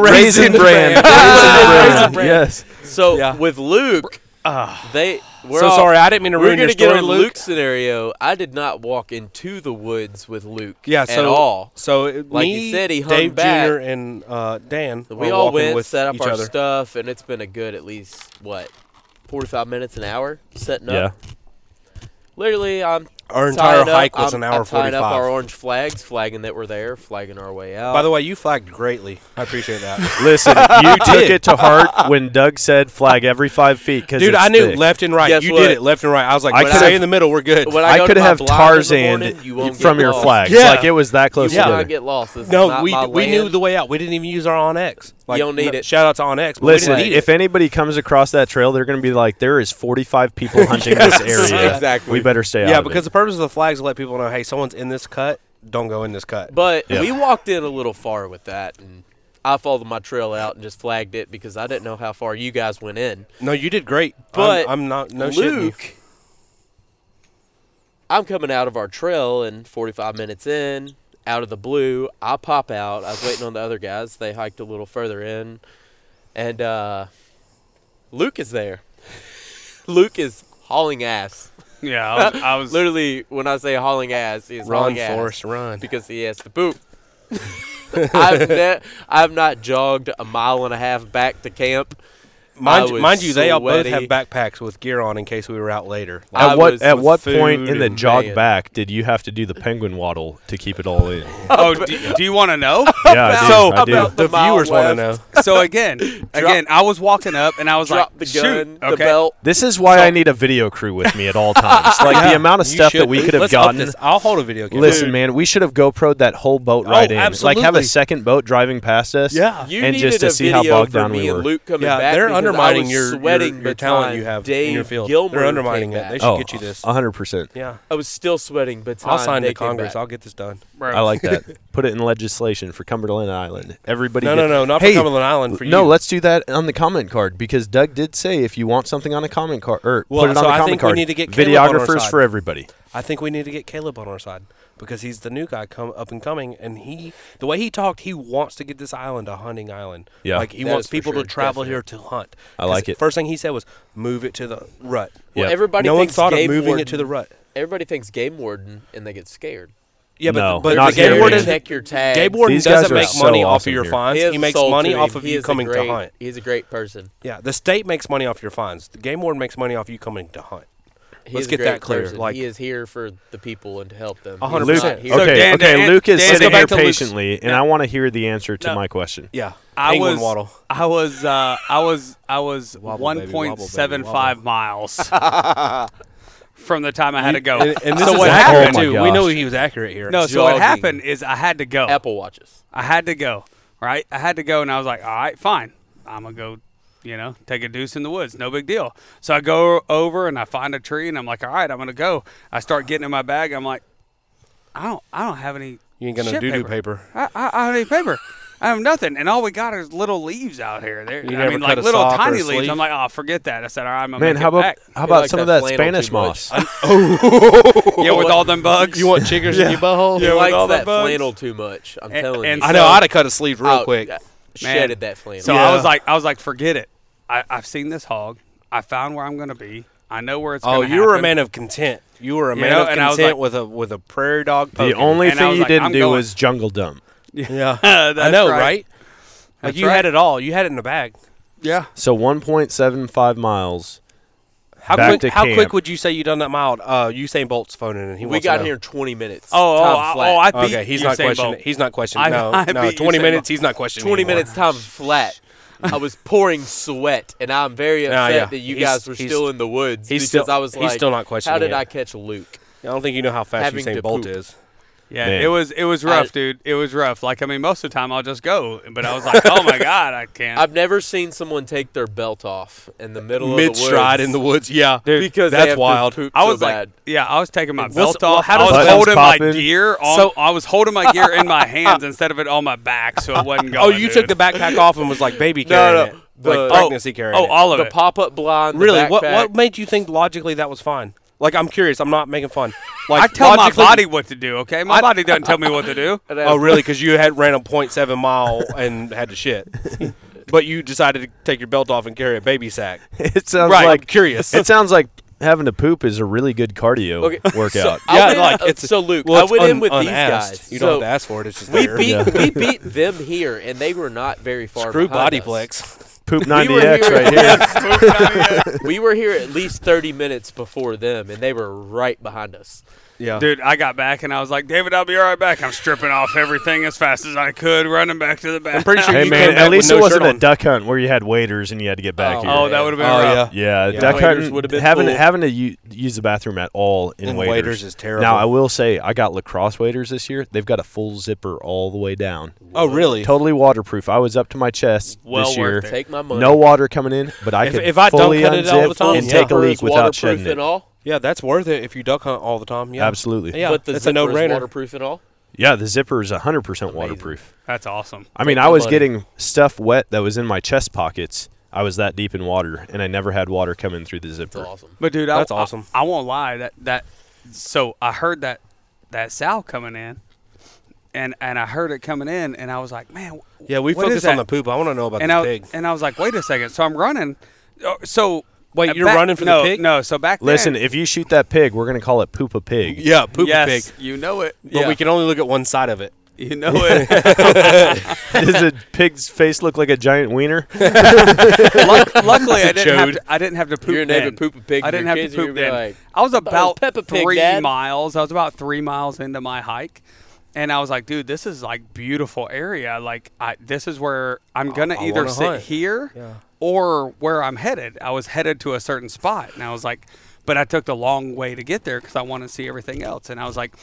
S9: Raisin
S8: raisin,
S9: bran.
S8: bran.
S9: Raisin bran.
S8: bran.
S9: Yes.
S7: So
S8: Yeah.
S7: with Luke,
S6: Ah.
S7: they we're
S8: so
S7: all-
S8: sorry, I didn't mean to
S7: We're
S8: ruin your
S7: gonna get
S8: story,
S7: on
S8: Luke.
S7: Luke's scenario. I did not walk into the woods with Luke.
S8: Yeah, so
S7: at all.
S8: So it,
S7: Like you
S8: me,
S7: said, he hung
S8: Dave
S7: back.
S8: Jr. and uh, Dan.
S7: So we
S8: were
S7: all
S8: walking
S7: went,
S8: with
S7: set up
S8: each
S7: our
S8: other.
S7: stuff, and it's been a good at least what forty-five minutes an hour setting
S9: Yeah.
S7: up. Literally, I'm tying
S8: Our entire
S7: up,
S8: hike was
S7: I'm-
S8: an hour
S7: I'm tying up our
S8: forty-five.
S7: orange flags, flagging that we're there, flagging our way out.
S8: By the way, you flagged greatly. I appreciate that,
S9: Listen, you took it to heart when Doug said flag every five feet because
S8: dude. I knew left and right.
S7: Guess
S8: you
S7: what?
S8: did it left and right. I was like,
S9: I
S8: when
S9: could've-
S8: stay in the middle. We're good.
S7: when I,
S9: I
S7: go
S9: could
S7: to my
S9: have
S7: blind in the
S9: Tarzan
S7: morning, you won't
S9: from
S7: get
S9: your
S7: lost.
S9: flags.
S8: Yeah.
S9: Like it was that
S7: You
S9: close
S7: will
S9: together.
S7: not get lost. This is
S8: No,
S7: not
S8: we
S7: my
S8: we knew
S7: land.
S8: the way out. We didn't even use our on X.
S7: don't need it.
S8: Shout out to on X. but we
S9: Listen,
S8: didn't need
S9: if
S8: it.
S9: anybody comes across that trail, they're going to be like, "There is 45 people hunting this area.
S7: exactly.
S9: We better stay out."
S8: yeah,
S9: of it."
S8: because the purpose of the flags let people know, hey, someone's in this cut. Don't go in this cut.
S7: But
S9: Yeah.
S7: we walked in a little far with that, and I followed my trail out and just flagged it because I didn't know how far you guys went in.
S8: no, you did great. I'm-
S7: But
S8: I'm, not no shitting you.
S7: Luke, I'm coming out of our trail, and 45 minutes in, out of the blue, I pop out. I was waiting on the other guys. They hiked a little further in, and uh, Luke is there. Luke is hauling ass.
S6: Yeah, I was, I was
S7: Literally, when I say hauling ass, he's
S8: Run,
S7: hauling ass
S8: Forrest, run.
S7: because he has to poop. I've ne- I've not jogged a mile and a half back to camp.
S8: Mind,
S7: I
S8: you-
S7: was
S8: mind you, they all both have
S7: sweaty.
S8: backpacks with gear on in case we were out later.
S7: I
S9: at what
S7: was
S9: at
S7: with
S9: what point
S7: food
S9: in the
S7: and
S9: jog
S7: man.
S9: back did you have to do the penguin waddle to keep it all in?
S6: oh, do, do you want to know?
S9: yeah, I do,
S6: So-
S9: I do.
S7: about
S8: the
S7: the mile
S8: viewers want to know.
S7: left.
S6: so again, again, I was walking up and I was
S7: Drop
S6: like,
S7: the
S6: shoot,
S7: gun, the
S6: okay.
S7: belt.
S9: This is why I need a video crew with me at all times. Like the amount of
S8: You
S9: stuff that
S8: should-
S9: we could have
S8: let's up
S9: gotten.
S8: this. I'll hold a video. Game.
S9: Listen, man, we should have GoPro'd that whole boat right in. Like have
S8: Oh, absolutely.
S9: a second boat driving past us.
S8: Yeah.
S7: You
S9: and
S7: needed
S9: just to
S7: a
S9: see how
S7: video
S9: bogged
S7: for
S9: down
S7: me
S9: we were.
S7: and Luke coming
S8: Yeah,
S7: back.
S8: they're
S7: because I
S8: undermining
S7: was
S8: your- your-
S7: sweating
S8: your
S7: the
S8: talent
S7: time
S8: you have in
S7: Dave
S8: your field. They're
S7: Gilmore
S8: undermining
S7: came
S8: it. They
S7: back.
S8: should-
S9: Oh,
S8: get you this.
S9: 100%.
S8: yeah,
S7: I was still sweating, but
S8: I'll sign to Congress. I'll get this done.
S6: Bro.
S9: I like that. Put it in legislation for Cumberland Island. Everybody
S8: No,
S9: get-
S8: no, no, not for
S9: Hey,
S8: Cumberland Island. For
S9: No,
S8: you.
S9: let's do that on the comment card because Doug did say if you want something on a comment card, or
S8: Well,
S9: put it
S8: so
S9: on the
S8: I
S9: comment
S8: think we
S9: card.
S8: need to get Caleb on our
S9: videographers
S8: side.
S9: for everybody.
S8: I think we need to get Caleb on our side because he's the new guy come up and coming, and he the way he talked, he wants to get this island a hunting island.
S9: Yeah.
S8: like he
S7: That
S8: wants
S7: is for
S8: people
S7: sure,
S8: to travel
S7: definitely.
S8: here to hunt.
S9: I
S8: 'Cause
S9: like it.
S8: First thing he said was, "Move it to the rut."
S7: Well,
S9: Yep.
S7: everybody
S8: no one
S7: thinks
S8: thought of
S7: game
S8: moving
S7: warden,
S8: it to the rut.
S7: Everybody thinks game warden, and they get scared.
S8: Yeah, but
S9: No,
S8: but
S9: not
S8: the game
S9: here,
S8: warden,
S9: man.
S7: check your tags.
S8: Gabe Warden
S9: These guys
S8: doesn't
S9: are
S8: make
S9: so
S8: money off
S9: awesome
S8: of your
S9: here.
S8: fines.
S7: has
S8: He,
S7: a
S8: makes
S7: soul to
S8: money
S7: him.
S8: off of
S7: He
S8: you
S7: is a
S8: coming
S7: great-
S8: to hunt.
S7: He's a great person.
S8: Yeah, the state makes money off your fines. The game warden makes money off you coming to hunt.
S7: He's
S8: Let's
S7: a
S8: get
S7: great
S8: that clear.
S7: person.
S8: Like-
S7: he is here for the people and to help them.
S8: A hundred
S7: He's
S9: Luke,
S7: not
S8: percent.
S7: here-
S9: okay,
S6: Dan-
S9: okay.
S6: Dan-
S9: Luke is
S6: Dan-
S9: sitting
S6: go
S9: here
S6: back to Luke's-
S9: patiently, and I want to hear the answer to
S6: No.
S9: my question.
S8: Yeah,
S6: I
S8: Penguin
S6: was,
S8: waddle.
S6: I was, uh, I was, I was
S8: Wobble, baby, wobble, baby,
S6: 1.75 miles from the time I had to go.
S8: And, and this
S6: so
S8: is
S6: what
S8: accurate
S6: happened?
S9: Oh my
S8: too. We
S9: gosh.
S8: know he was accurate here.
S6: No, so what
S7: jogging.
S6: happened is I had to go.
S7: Apple watches.
S6: I had to go. Right? I had to go, and I was like, all right, fine. I'm gonna go. You know, take a deuce in the woods, no big deal. So I go over and I find a tree, and I'm like, all right, I'm gonna go. I start getting in my bag. I'm like, I don't, I don't have any.
S8: you ain't gonna
S6: shit
S8: do do
S6: paper.
S8: paper.
S6: I, I, I don't have any paper. I have nothing, and all we got is little leaves out here. There, I
S8: never
S6: mean,
S8: cut
S6: like
S8: a
S6: little
S8: sock or a
S6: tiny leaves.
S8: sleeve?
S6: I'm like, oh, forget that. I said, all right, I'm gonna
S9: Man,
S6: make
S9: how
S6: it
S9: about
S6: back.
S9: how about
S7: likes
S9: some of
S7: that
S9: that
S7: flannel too
S9: Spanish
S7: much.
S9: moss?
S6: yeah, with all them bugs.
S8: You want chiggers in your butthole?
S7: He likes
S6: all the
S7: that
S6: bugs.
S7: flannel too much. I'm
S6: And-
S7: telling
S6: and
S7: you.
S8: I know.
S6: So-
S8: I'd have cut his sleeve real
S7: Oh,
S8: quick.
S7: yeah,
S6: Man.
S7: Shedded that flannel.
S6: So I
S8: Yeah.
S6: was like, I was like, forget it. I, I've seen this hog. I found where I'm gonna be. I know where it's.
S8: Oh,
S6: gonna
S8: you were a
S6: happen.
S8: man of content. You were a man
S6: know,
S8: of
S6: and I was
S8: content
S6: like-
S8: with a with a prairie dog.
S9: The
S8: poking.
S9: only
S6: And I
S9: thing
S6: was
S9: you
S6: like,
S9: didn't
S6: I'm
S9: do
S6: going.
S9: was jungle dump.
S8: yeah, I
S6: That's
S8: know,
S6: right.
S8: right? Like
S6: That's
S8: you
S6: right.
S8: had it all. You had it in a bag.
S6: Yeah.
S9: So 1.75 miles
S8: How
S9: Back
S8: quick?
S9: to
S8: how
S9: camp.
S8: quick would you say you done that mild? Uh, Usain Bolt's phoning and he
S7: we
S8: wants
S7: got
S8: to know.
S7: here in 20 minutes.
S8: Oh, oh,
S7: time
S8: I-
S7: flat.
S8: oh, I beat
S7: okay,
S8: he's
S7: he's
S8: not
S7: Usain
S8: questioning.
S7: Bolt.
S8: He's not questioning.
S6: I-
S8: no,
S6: I
S8: no.
S6: beat
S8: Twenty
S6: Usain
S8: minutes. He's not questioning.
S7: 20
S8: anymore.
S7: minutes time flat. I was pouring sweat, and I'm very upset
S8: Nah, yeah.
S7: that you
S8: He's-
S7: guys were
S8: he's-
S7: still in the woods
S8: he's
S7: because
S8: still-
S7: I was
S8: he's
S7: like,
S8: still not
S7: How
S8: questioning
S7: did
S8: it."
S7: I catch Luke?
S8: I don't think you know how fast
S7: Having to
S8: Usain Bolt
S7: poop.
S8: is.
S6: Yeah,
S9: Man.
S6: it was it was rough, dude. It was rough. Like I mean, most of the time I'll just go, but I was like, oh my god, I can't.
S7: I've never seen someone take their belt off in the middle
S8: Mid
S7: of the
S8: stride
S7: woods
S8: in the woods. Yeah,
S7: because they
S8: that's
S7: have to
S8: wild.
S7: poop
S6: I
S7: so
S6: was like,
S7: bad.
S6: yeah, I was taking my
S8: What's-
S6: belt off.
S8: how
S6: I
S8: does
S6: was
S8: Buttons
S6: holding my
S9: popping.
S6: gear on.
S8: So-
S6: I was holding my gear in my hands instead of it on my back, so it wasn't
S8: Oh,
S6: going.
S8: you
S6: dude.
S8: took the backpack off and was like baby carrying
S7: no,
S8: it,
S7: the-
S8: like
S7: Oh,
S8: pregnancy carrying.
S6: Oh,
S8: it.
S6: all of
S7: the
S6: it.
S7: pop-up blind. the
S8: really? What
S7: backpack.
S8: what made you think logically that was fine? Like I'm curious. I'm not making fun. Like
S6: I tell my
S8: logically-
S6: body what to do. Okay, my
S8: I-
S6: body doesn't tell me what to do.
S7: And I-
S8: Oh, really? Because you had ran a .7 mile and had to shit, but you decided to take your belt off and carry a baby sack.
S9: It sounds
S8: Right, I'm
S9: like
S8: curious.
S9: It sounds like having to poop is a really good cardio
S7: Okay,
S9: workout.
S7: So yeah,
S8: Yeah,
S7: went,
S8: like,
S7: uh,
S8: it's-
S7: so Luke.
S8: Well,
S7: I
S8: it's
S7: went in
S8: un-
S7: with these
S8: unasked.
S7: guys.
S8: You
S7: so
S8: don't have to ask for it. It's just
S7: we
S8: there.
S7: beat
S9: Yeah.
S7: we beat them here, and they were not very far.
S8: Screw
S7: behind us.
S8: bodyplex.
S9: poop
S7: We were
S9: 90x
S7: here-
S9: right here.
S7: we were here at least 30 minutes before them, and they were right behind us.
S8: Yeah.
S6: Dude, I got back and I was like, David, I'll be right back. I'm stripping off everything as fast as I could, running back to the back.
S8: I'm pretty sure
S9: Hey
S8: you
S9: man,
S8: came back
S9: at
S8: with
S9: least
S8: no
S9: it wasn't
S8: shirt
S9: a
S8: on.
S9: duck hunt where you had waiters and you had to get back
S7: Oh,
S9: here.
S6: oh, that would have been
S8: Oh,
S6: rough.
S8: yeah.
S9: Yeah,
S8: Yeah.
S9: duck
S7: Waiters
S9: hunting
S7: would've been
S9: having
S7: full.
S9: having to u- use the bathroom at all in
S8: In
S9: waiters.
S8: waiters is terrible.
S9: Now I will say I got lacrosse waiters this year. They've got a full zipper all the way down,
S8: Oh, really?
S9: totally waterproof. I was up to my chest
S6: Well
S9: this
S6: worth
S9: year.
S6: it.
S7: Take my money.
S9: No water coming in, but I
S8: If-
S9: could
S8: if I
S9: fully
S8: dunk hunted it all
S9: unzip
S8: the time,
S9: and
S8: yeah.
S9: take a
S7: Zipper is
S9: leak without
S7: waterproof
S9: shedding it.
S7: and all.
S8: Yeah, that's worth it if you duck hunt all the time. Yeah,
S9: Absolutely.
S8: Yeah,
S7: but the
S8: it's
S7: zipper
S8: a
S7: is
S8: no-brainer.
S7: waterproof and all.
S9: Yeah, the zipper is 100% waterproof.
S6: That's awesome.
S9: I mean,
S7: Take
S9: I
S7: the
S9: was
S7: money.
S9: getting stuff wet that was in my chest pockets. I was that deep in water, and I never had water coming through the
S7: It's
S9: zipper.
S7: awesome.
S6: But dude,
S8: That's
S6: I,
S8: awesome.
S6: I, I won't lie. That that so I heard that that sound coming in, and and I heard it coming in, and I was like, man. wh-
S8: Yeah, we
S6: what is
S8: focus on
S6: that?
S8: the poop. I want to know about
S6: and
S8: the
S6: I
S8: pig.
S6: and I was like, wait a second. So I'm running. Oh, So
S8: Wait,
S6: uh,
S8: you're
S6: back-
S8: running for the
S6: no,
S8: pig?
S6: No, so back
S9: Listen,
S6: then,
S9: if you shoot that pig, we're going to call it poop a pig.
S8: yeah, poop a
S6: yes,
S8: pig.
S6: you know it.
S8: But
S6: yeah,
S8: we can only look at one side of it.
S6: you know it.
S9: Does a pig's face look like a giant wiener?
S6: Luck- Luckily, I didn't have
S8: chode.
S6: to, I didn't have to poop
S7: You're
S6: then.
S7: never poop a pig.
S6: I
S7: and
S6: didn't
S7: your
S6: have to
S7: kids are
S6: poop
S7: gonna be
S6: then.
S7: Like,
S6: I was about
S7: Peppa Pig,
S6: three
S7: Dad.
S6: miles. I was about three miles into my hike, and I was like, "Dude, this is like beautiful area. Like, I this is where I'm gonna
S8: I
S6: either
S8: wanna
S6: sit
S8: hunt."
S6: here or where I'm headed." I was headed to a certain spot, and I was like, "But I took the long way to get there because I want to see everything else." And I was like,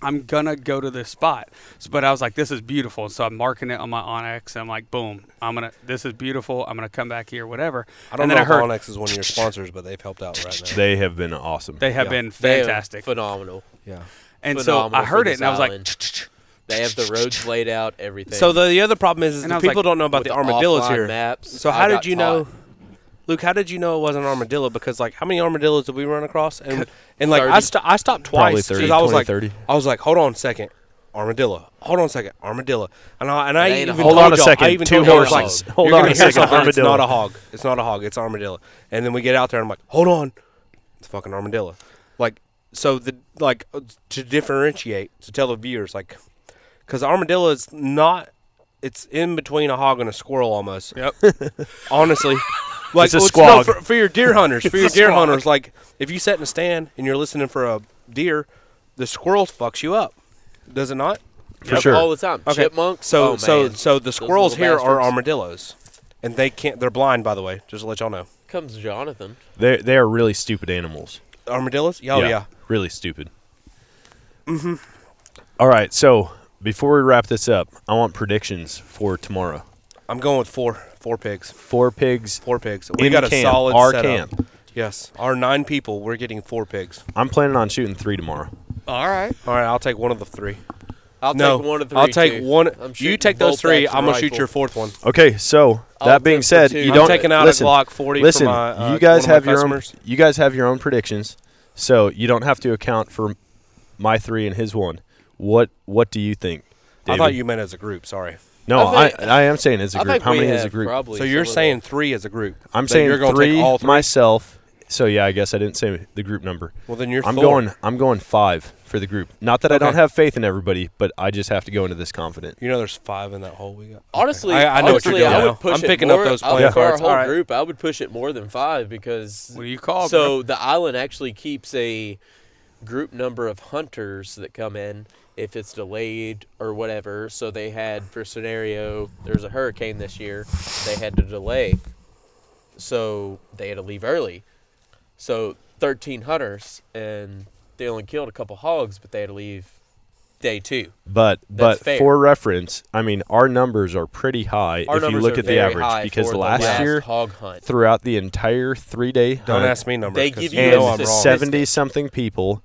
S6: I'm gonna go to this spot. So, but I was like, this is beautiful. So I'm marking it on my Onyx. And I'm like, boom, I'm gonna. This is beautiful. I'm gonna come back here, whatever.
S8: I don't
S6: and
S8: know
S6: then I
S8: if
S6: heard
S8: Onyx is one of your sponsors, but they've helped out right now.
S9: they have been awesome.
S6: they have
S8: Yeah.
S6: been
S7: they are
S6: fantastic,
S7: phenomenal.
S8: Yeah.
S6: and so
S7: phenomenal
S6: I heard
S7: for
S6: it and I was
S7: this
S6: like,
S7: island. They have the roads laid out, everything.
S8: So the, the other problem is, is
S6: And I
S8: the
S6: was like,
S8: people don't know about
S7: with
S8: the armadillos
S7: offline
S8: here.
S7: Maps.
S8: So
S7: I
S8: how
S7: got
S8: did you know,
S7: taught.
S8: Luke? How did you know it wasn't an armadillo? Because like, how many armadillos did we run across? And and like, I,
S7: 30.
S8: sto- I stopped
S9: Probably
S8: twice
S9: 30,
S8: I was
S9: 20,
S8: like,
S9: 30.
S8: I was like, hold on a second, armadillo. Hold on a second, armadillo. And I and I
S7: It ain't a hog.
S8: even told
S9: Hold on a
S8: y'all-
S9: second,
S8: I even
S9: two
S8: told y'all, I was
S9: horses.
S8: Like,
S9: Hold
S8: "You're
S9: on
S8: gonna
S9: a
S8: hear
S9: second,
S8: something, It's
S9: armadillo."
S8: not a hog. It's not a hog. It's armadillo. And then we get out there, and I'm like, hold on, it's a fucking armadillo. Like so the like uh, to differentiate to tell the viewers like because armadillo is not it's in between a hog and a squirrel almost.
S6: Yep.
S8: Honestly. Like
S9: It's a
S8: well,
S9: squawk.
S8: for, for your deer hunters. For your
S6: It's a
S8: deer
S6: squawk.
S8: hunters, like if you sit in a stand and you're listening for a deer, the squirrel fucks you up. Does it not?
S9: for sure.
S7: all the time.
S8: Okay.
S7: Chipmunks.
S8: So
S7: oh,
S8: so
S7: man.
S8: so the
S7: Those
S8: squirrels
S7: little
S8: here are
S7: bastards.
S8: armadillos. And they can't they're blind by the way, just to let y'all know.
S7: Comes Jonathan.
S9: they they are really stupid animals.
S8: Armadillos? Oh yeah.
S9: really stupid. Mm-hmm. right, so before we wrap this up, I want predictions for tomorrow.
S8: I'm going with four four pigs.
S9: Four pigs.
S8: Four pigs. We
S9: In
S8: got a
S9: camp,
S8: solid
S9: our
S8: setup.
S9: camp.
S8: Yes. Our nine people, we're getting four pigs.
S9: I'm planning on shooting three tomorrow.
S6: all right.
S8: All right, I'll take one of the three.
S7: I'll
S8: no,
S7: take one of three.
S8: I'll take
S7: too.
S8: one.
S7: I'm
S8: you
S7: shooting
S8: take those
S7: bolt
S8: three.
S7: action
S8: I'm gonna shoot
S7: rifle.
S8: your fourth one.
S9: Okay, so
S7: I'll
S9: that being
S7: tip for
S9: said,
S7: two.
S9: you
S8: I'm
S9: don't
S8: taking out a
S9: listen,
S8: Glock 40 for
S9: Listen,
S8: my, uh,
S9: you guys
S8: one of my
S9: have your own.
S8: customers.
S9: You guys have your own predictions, so you don't have to account for my three and his one. What What do you think?
S8: I thought
S9: David?
S8: you meant as a group. Sorry.
S9: No,
S7: I
S9: I,
S7: think-
S9: I, am saying as a
S7: I
S9: group.
S7: think
S9: How
S7: we
S9: many is
S7: have
S9: a group?
S7: Probably
S8: So you're
S7: some of
S8: saying three as a group.
S9: I'm
S8: That
S9: saying
S8: you're gonna
S9: three,
S8: Take all three.
S9: myself. So yeah, I guess I didn't say the group number.
S8: Well, then you're
S9: I'm
S8: Thor.
S9: going. I'm going five for the group. Not that I don't
S8: Okay.
S9: have faith in everybody, but I just have to go into this confident.
S8: You know, there's five in that hole we got.
S7: Honestly,
S8: I, I know
S7: honestly,
S8: what you're doing.
S7: I
S8: now.
S7: would push
S8: I'm
S7: it
S8: picking
S7: more-
S8: up those
S7: I would-
S8: playing
S7: for
S8: cards.
S7: our whole
S8: All right.
S7: group. I would push it more than five because
S6: What do you call,
S7: So
S6: bro?
S7: the island actually keeps a group number of hunters that come in if it's delayed or whatever. So they had for scenario, there's a hurricane this year, they had to delay, so they had to leave early. So 13 hunters and they only killed a couple hogs, but they had to leave day two.
S9: But
S7: That's
S9: but
S7: fair.
S9: for reference, I mean our numbers are pretty high
S7: Our
S9: if you
S7: numbers
S9: look
S7: are
S9: at the
S7: very
S9: average
S7: high
S9: because
S7: for the
S9: last
S7: last
S9: year
S7: hog hunt.
S9: throughout the entire 3-day
S8: Don't ask me numbers.
S7: They
S8: 'cause
S7: give you
S8: you
S9: and
S8: know I'm wrong.
S9: 70 something people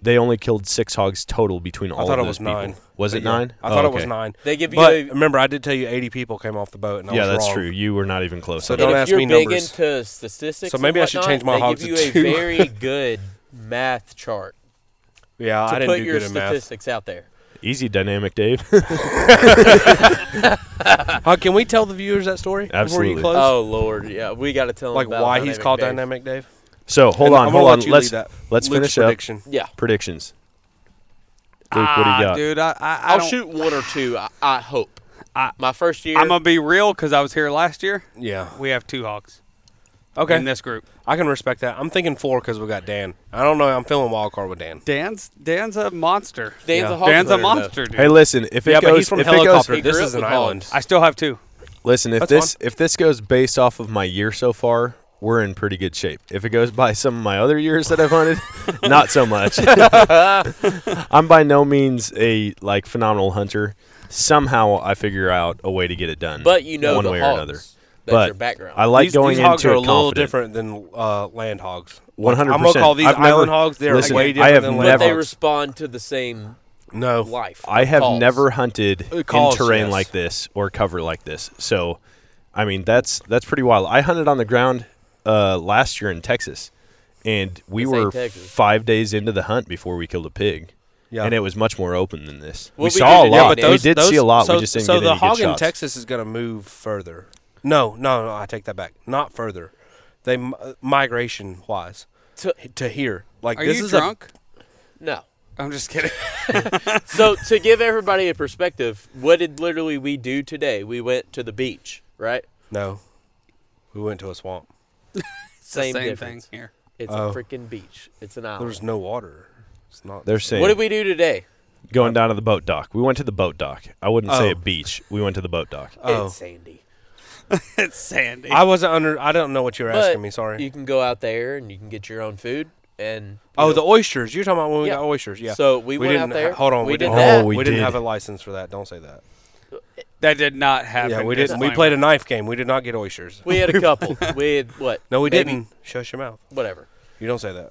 S9: they only killed 6 hogs total between all
S8: I thought
S9: of
S8: it
S9: those
S8: was nine.
S9: people. Was
S8: But
S9: it Oh,
S8: yeah,
S9: 9?
S8: I thought it was nine.
S7: They give you
S8: But
S7: a-
S8: remember, I did tell you 80 people came off the boat, and I
S9: yeah,
S8: was
S9: that's
S8: wrong.
S9: true. You were not even close.
S8: So
S9: on
S8: don't
S9: that.
S8: ask
S7: if you're
S8: me
S7: big
S8: numbers.
S7: into statistics,
S8: So maybe
S7: and
S8: I should change my
S7: whatnot,
S8: hogs
S7: They
S8: to
S7: give you
S8: two.
S7: a very good math chart
S8: Yeah,
S7: to
S8: I didn't
S7: put
S8: do
S7: your
S8: good in math.
S7: statistics out there.
S9: Easy dynamic, Dave.
S8: Huh, can we tell the viewers that story before
S9: Absolutely.
S8: you close?
S7: Oh Lord, yeah, we got to tell
S8: like
S7: them about
S8: why he's called
S7: Dave.
S8: Dynamic Dave?
S9: so hold
S8: And
S9: on,
S8: I'm gonna
S9: hold on.
S8: let you
S9: Let's
S8: lead that.
S9: let's
S8: Luke's
S9: finish
S8: prediction.
S7: Yeah,
S9: up predictions. Luke, what do you
S6: Ah,
S9: got?
S6: dude, I, I, I
S7: I'll
S6: don't-
S7: shoot one or two. I, I hope.
S6: I-
S7: My first year,
S6: I'm gonna be real because I was here last year.
S8: Yeah.
S6: We have two hogs
S8: Okay.
S6: in this group.
S8: I can respect that. I'm thinking four because we got Dan. I don't know. I'm feeling wild card with Dan.
S6: Dan's Dan's a monster.
S7: Dan's
S8: yeah.
S7: a hog
S6: Dan's a
S7: hunter, though.
S6: monster, dude.
S9: Hey, listen. If it
S8: yeah,
S9: goes,
S8: but he's from
S9: if it goes,
S8: helicopter. This
S7: He
S8: is
S7: grew
S8: an
S7: up with
S8: island.
S6: I still have two.
S9: listen. If
S8: That's
S9: this if this goes based off of my year so far, we're in pretty good shape. If it goes by some of my other years that I've hunted, not so much. I'm by no means a like phenomenal hunter. Somehow I figure out a way to get it done.
S7: but you know
S9: one
S7: the
S9: way
S7: hogs.
S9: or another.
S7: That's
S9: but
S7: your background.
S9: I like
S8: these,
S9: going
S8: these
S9: into
S8: hogs are a
S9: it
S8: little
S9: confident.
S8: different than uh, land hogs.
S9: 100%.
S8: I'm gonna call these
S9: I've never-
S8: island hogs. They're
S9: listen,
S8: way
S9: I
S8: different
S9: have
S8: than
S7: but
S9: never-
S8: land
S7: they
S9: Never-
S8: hogs.
S7: respond to the same
S8: No,
S7: life.
S9: I have
S7: calls.
S9: never hunted
S8: Uh, calls,
S9: in terrain
S8: yes.
S9: like this or cover like this. So, I mean, that's that's pretty wild. I hunted on the ground uh, last year in Texas, and we
S7: This ain't
S9: were
S7: Texas.
S9: five days into the hunt before we killed a pig.
S8: Yeah.
S9: And it was much more open than this.
S7: Well,
S9: we
S7: we
S9: saw a
S7: did-
S9: lot.
S7: yeah,
S8: but those,
S9: we did
S8: those,
S9: see a lot.
S8: So,
S9: we just didn't
S8: so
S9: get
S8: the
S9: any
S8: hog
S9: good
S8: in
S9: shots.
S8: Texas is going to move further. No, no, no. I take that back. Not further. They m- uh, migration wise
S7: To-
S8: to, here. Like
S6: Are
S8: this
S6: you
S8: is
S6: drunk?
S7: No.
S6: i I'm just kidding.
S7: So to give everybody a perspective, what did literally we do today? We went to the beach, right?
S8: A, no. We went to a swamp.
S7: Same,
S6: Same thing
S7: difference.
S6: here.
S7: It's
S8: Oh.
S7: a freaking beach. It's an island.
S8: There's no water. It's not.
S9: They're saying
S7: What did we do today?
S9: going down to the boat dock. We went to the boat dock. I wouldn't say
S8: Oh.
S9: a beach. We went to the boat dock.
S8: Oh.
S7: It's sandy.
S6: It's sandy.
S8: I wasn't under. I don't know what you were asking
S7: But
S8: me. Sorry.
S7: You can go out there and you can get your own food and you
S8: oh,
S7: know,
S8: the oysters. You're talking about when we
S7: Yeah.
S8: got oysters. Yeah.
S7: So we went out
S8: didn't ha-
S7: there,
S8: hold on.
S7: we
S8: We,
S7: did
S8: didn't.
S7: that.
S9: Oh, we
S8: we, didn't
S9: did.
S8: have a license for that. Don't say that.
S6: that did not happen.
S8: yeah, we didn't. We
S6: Disclaimer.
S8: played a knife game. We did not get oysters.
S7: we had a couple. we had what?
S8: No, we
S7: maybe-
S8: didn't. Shush your mouth.
S7: Whatever.
S8: You don't say that.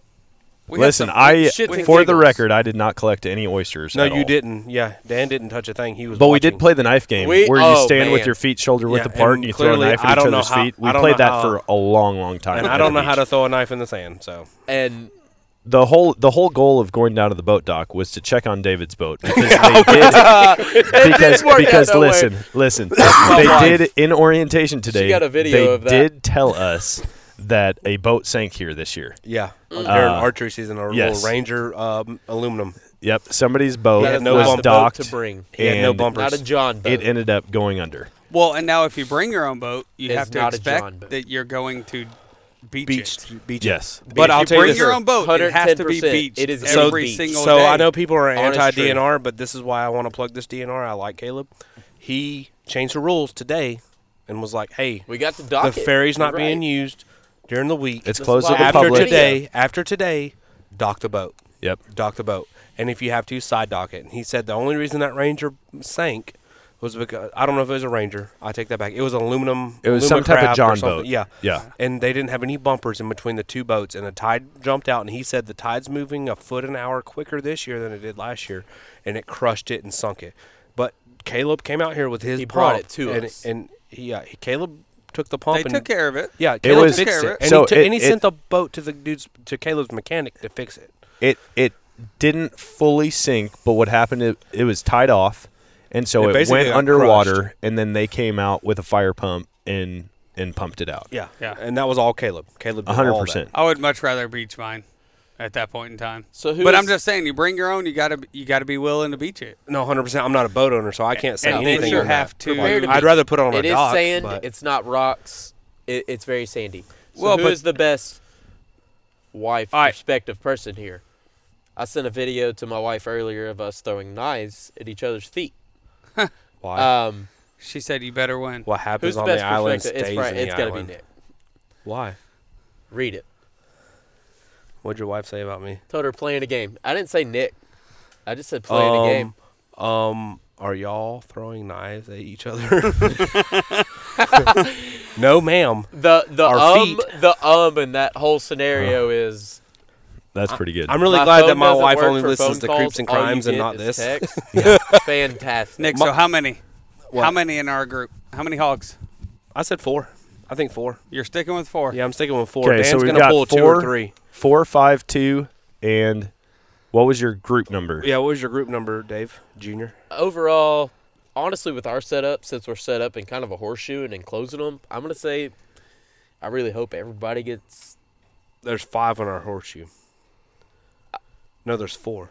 S6: We had
S9: Listen,
S6: some-
S9: I
S7: shits and
S9: for the
S7: giggles.
S9: record, I did not collect any oysters.
S8: No,
S9: at
S8: you
S9: all.
S8: didn't. Yeah, Dan didn't touch a thing. He was.
S9: But we did
S8: watching.
S9: play the knife game,
S7: We-
S9: where you
S7: oh,
S9: stand with
S7: man.
S9: your feet shoulder width
S8: Yeah,
S9: apart,
S8: and
S9: and you throw a
S8: clearly
S9: knife
S8: I
S9: at each
S8: don't know
S9: other's
S8: how-
S9: feet.
S8: I
S9: We
S8: don't
S9: played
S8: know
S9: that
S8: how-
S9: for a long, long time.
S8: And
S9: at
S8: I don't know
S9: the
S8: how to
S9: beach.
S8: throw a knife in the sand. So
S7: And
S9: The whole the whole goal of going down to the boat dock was to check on David's boat because
S8: Oh,
S9: they did because
S7: work out
S9: because
S7: that way.
S9: listen listen they
S7: wife.
S9: did in orientation today.
S7: got a video
S9: they
S7: of that.
S9: did tell us that a boat sank here this year.
S8: yeah, during archery season, our
S9: Uh, yes.
S8: little Ranger um, aluminum.
S9: Yep, somebody's boat
S7: that is
S8: no
S7: not
S9: was
S8: bump.
S7: the boat
S9: docked.
S7: to bring.
S8: He had no
S9: And
S7: Not
S8: bumpers.
S7: a John boat.
S9: It ended up going under.
S6: Well, and now if you bring your own boat, you
S7: It's
S6: have to
S7: not a John
S6: expect
S7: boat.
S6: that you're going to beach, it.
S8: Beach, beach.
S9: Yes,
S8: But
S6: if
S8: I'll
S6: you
S8: tell you
S6: bring
S8: this.
S6: your own boat, it has to be
S7: 110%.
S6: beached
S7: It is
S8: so,
S6: every
S7: beached.
S6: single
S8: so
S6: day.
S8: I know people are
S7: Honest
S8: anti DNR, but this is why I want to plug this DNR. I like Caleb. He changed the rules today and was like, "Hey,
S7: we got to dock
S8: the
S7: it.
S8: ferry's not
S7: You're
S8: being
S7: right.
S8: used during the week.
S7: That's
S9: it's closed to
S7: why
S9: the
S7: I'm
S8: after
S9: public.
S8: today. After today, dock the boat.
S9: Yep.
S8: dock the boat. And if you have to, side dock it. And he said the only reason that Ranger sank was because I don't know if it was a Ranger. I take that back. It was an aluminum.
S9: It was
S8: aluminum
S9: some type of
S8: craft or
S9: John
S8: something.
S9: boat.
S8: Yeah.
S9: Yeah.
S8: And they didn't have any bumpers in between the two boats, and a tide jumped out. And he said the tide's moving a foot an hour quicker this year than it did last year, and it crushed it and sunk it. But Caleb came out here with his.
S7: He brought
S8: pump,
S7: it to
S8: and,
S7: us.
S8: And he, uh, Caleb took the pump.
S6: they
S8: and
S6: took care of it.
S8: Yeah, Caleb
S9: was-
S8: fixed
S6: So
S8: it, and, he,
S9: it-
S8: took, and he
S9: it-
S8: sent the boat to the dudes to Caleb's mechanic to fix it.
S9: it it didn't fully sink, but what happened it, it was tied off, and so
S8: It
S9: it,
S8: basically
S9: went
S8: got
S9: underwater,
S8: crushed.
S9: and then they came out with a fire pump and and pumped it out.
S8: Yeah,
S6: Yeah.
S8: and that was all Caleb. Caleb, did all
S9: hundred
S8: that.
S9: percent.
S6: I would much rather beach mine. at that point in time.
S7: So who
S6: But I'm
S7: is-
S6: just saying, you bring your own. You gotta be- you gotta be willing to beach it.
S8: No, hundred percent. I'm not a boat owner, so I can't say
S6: And then
S8: anything.
S6: you
S8: on that.
S6: have to-
S8: Like,
S6: Prepared to
S8: I'd
S6: be-
S8: rather put on a
S7: It is
S8: dock.
S7: sand.
S8: but-
S7: It's not rocks. It, it's very sandy. So
S6: Well,
S7: who
S6: but-
S7: is the best wife
S6: All right.
S7: perspective person here? I sent a video to my wife earlier of us throwing knives at each other's feet.
S8: Why?
S7: Um,
S6: She said, "You better win."
S8: what
S7: who's
S8: happens
S7: the
S8: on
S7: best
S8: the island
S7: perspective?
S8: stays
S7: It's, right,
S8: in the
S7: it's gotta
S8: island.
S7: be Nick.
S8: Why?
S7: Read it.
S8: What'd your wife say about me?
S7: Told her playing a game. I didn't say Nick. I just said playing a game.
S8: Um, are y'all throwing knives at each other? no, ma'am.
S7: The the
S8: our
S7: um
S8: feet.
S7: the um in that whole scenario is
S9: That's pretty good.
S8: I'm really
S7: my
S8: glad
S7: phone
S8: that my
S7: doesn't
S8: wife
S7: work
S8: only
S7: for
S8: listens
S7: phone
S8: to
S7: calls,
S8: Creeps and
S7: all you
S8: Crimes and
S7: get
S8: not
S7: is
S8: this.
S7: text. Fantastic.
S6: Nick, so how many? How
S8: What?
S6: many in our group? How many hogs?
S8: I said four. I think four.
S6: You're sticking with four.
S8: Yeah, I'm sticking with four.
S9: Okay,
S8: Dan's
S9: so we've
S8: gonna
S9: got
S8: pull two or
S9: four.
S8: three.
S9: Four, five, two, and what was your group number?
S8: Yeah, what was your group number, Dave Junior?
S7: overall, honestly, with our setup, since we're set up in kind of a horseshoe and enclosing them, I'm gonna say, I really hope everybody gets.
S8: There's five on our horseshoe. No, there's four.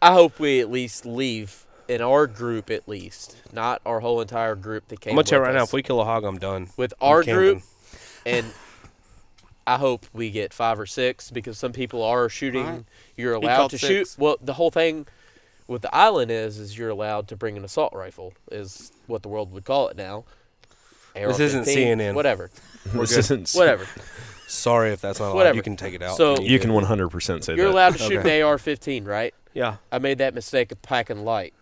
S7: I hope we at least leave in our group at least, not our whole entire group that came.
S8: I'm gonna tell you
S7: with
S8: right now,
S7: us.
S8: if we kill a hog, I'm done.
S7: with our
S8: camping.
S7: group, and I hope we get five or six because some people are shooting.
S6: Alright.
S7: You're
S6: He
S7: allowed
S6: called
S7: to
S6: six.
S7: shoot. Well, the whole thing with the island is is you're allowed to bring an assault rifle is what the world would call it now. AR-15,
S8: isn't CNN.
S7: Whatever,
S9: this
S8: good.
S9: isn't.
S7: whatever.
S8: Sorry if that's not allowed.
S7: Whatever.
S8: You can take it out.
S7: So-
S8: if
S9: You
S8: need
S9: can
S8: to.
S9: 100% say
S7: You're
S9: that.
S7: allowed to shoot
S8: Okay.
S7: an AR-15, right?
S8: Yeah,
S7: I made that mistake of packing light.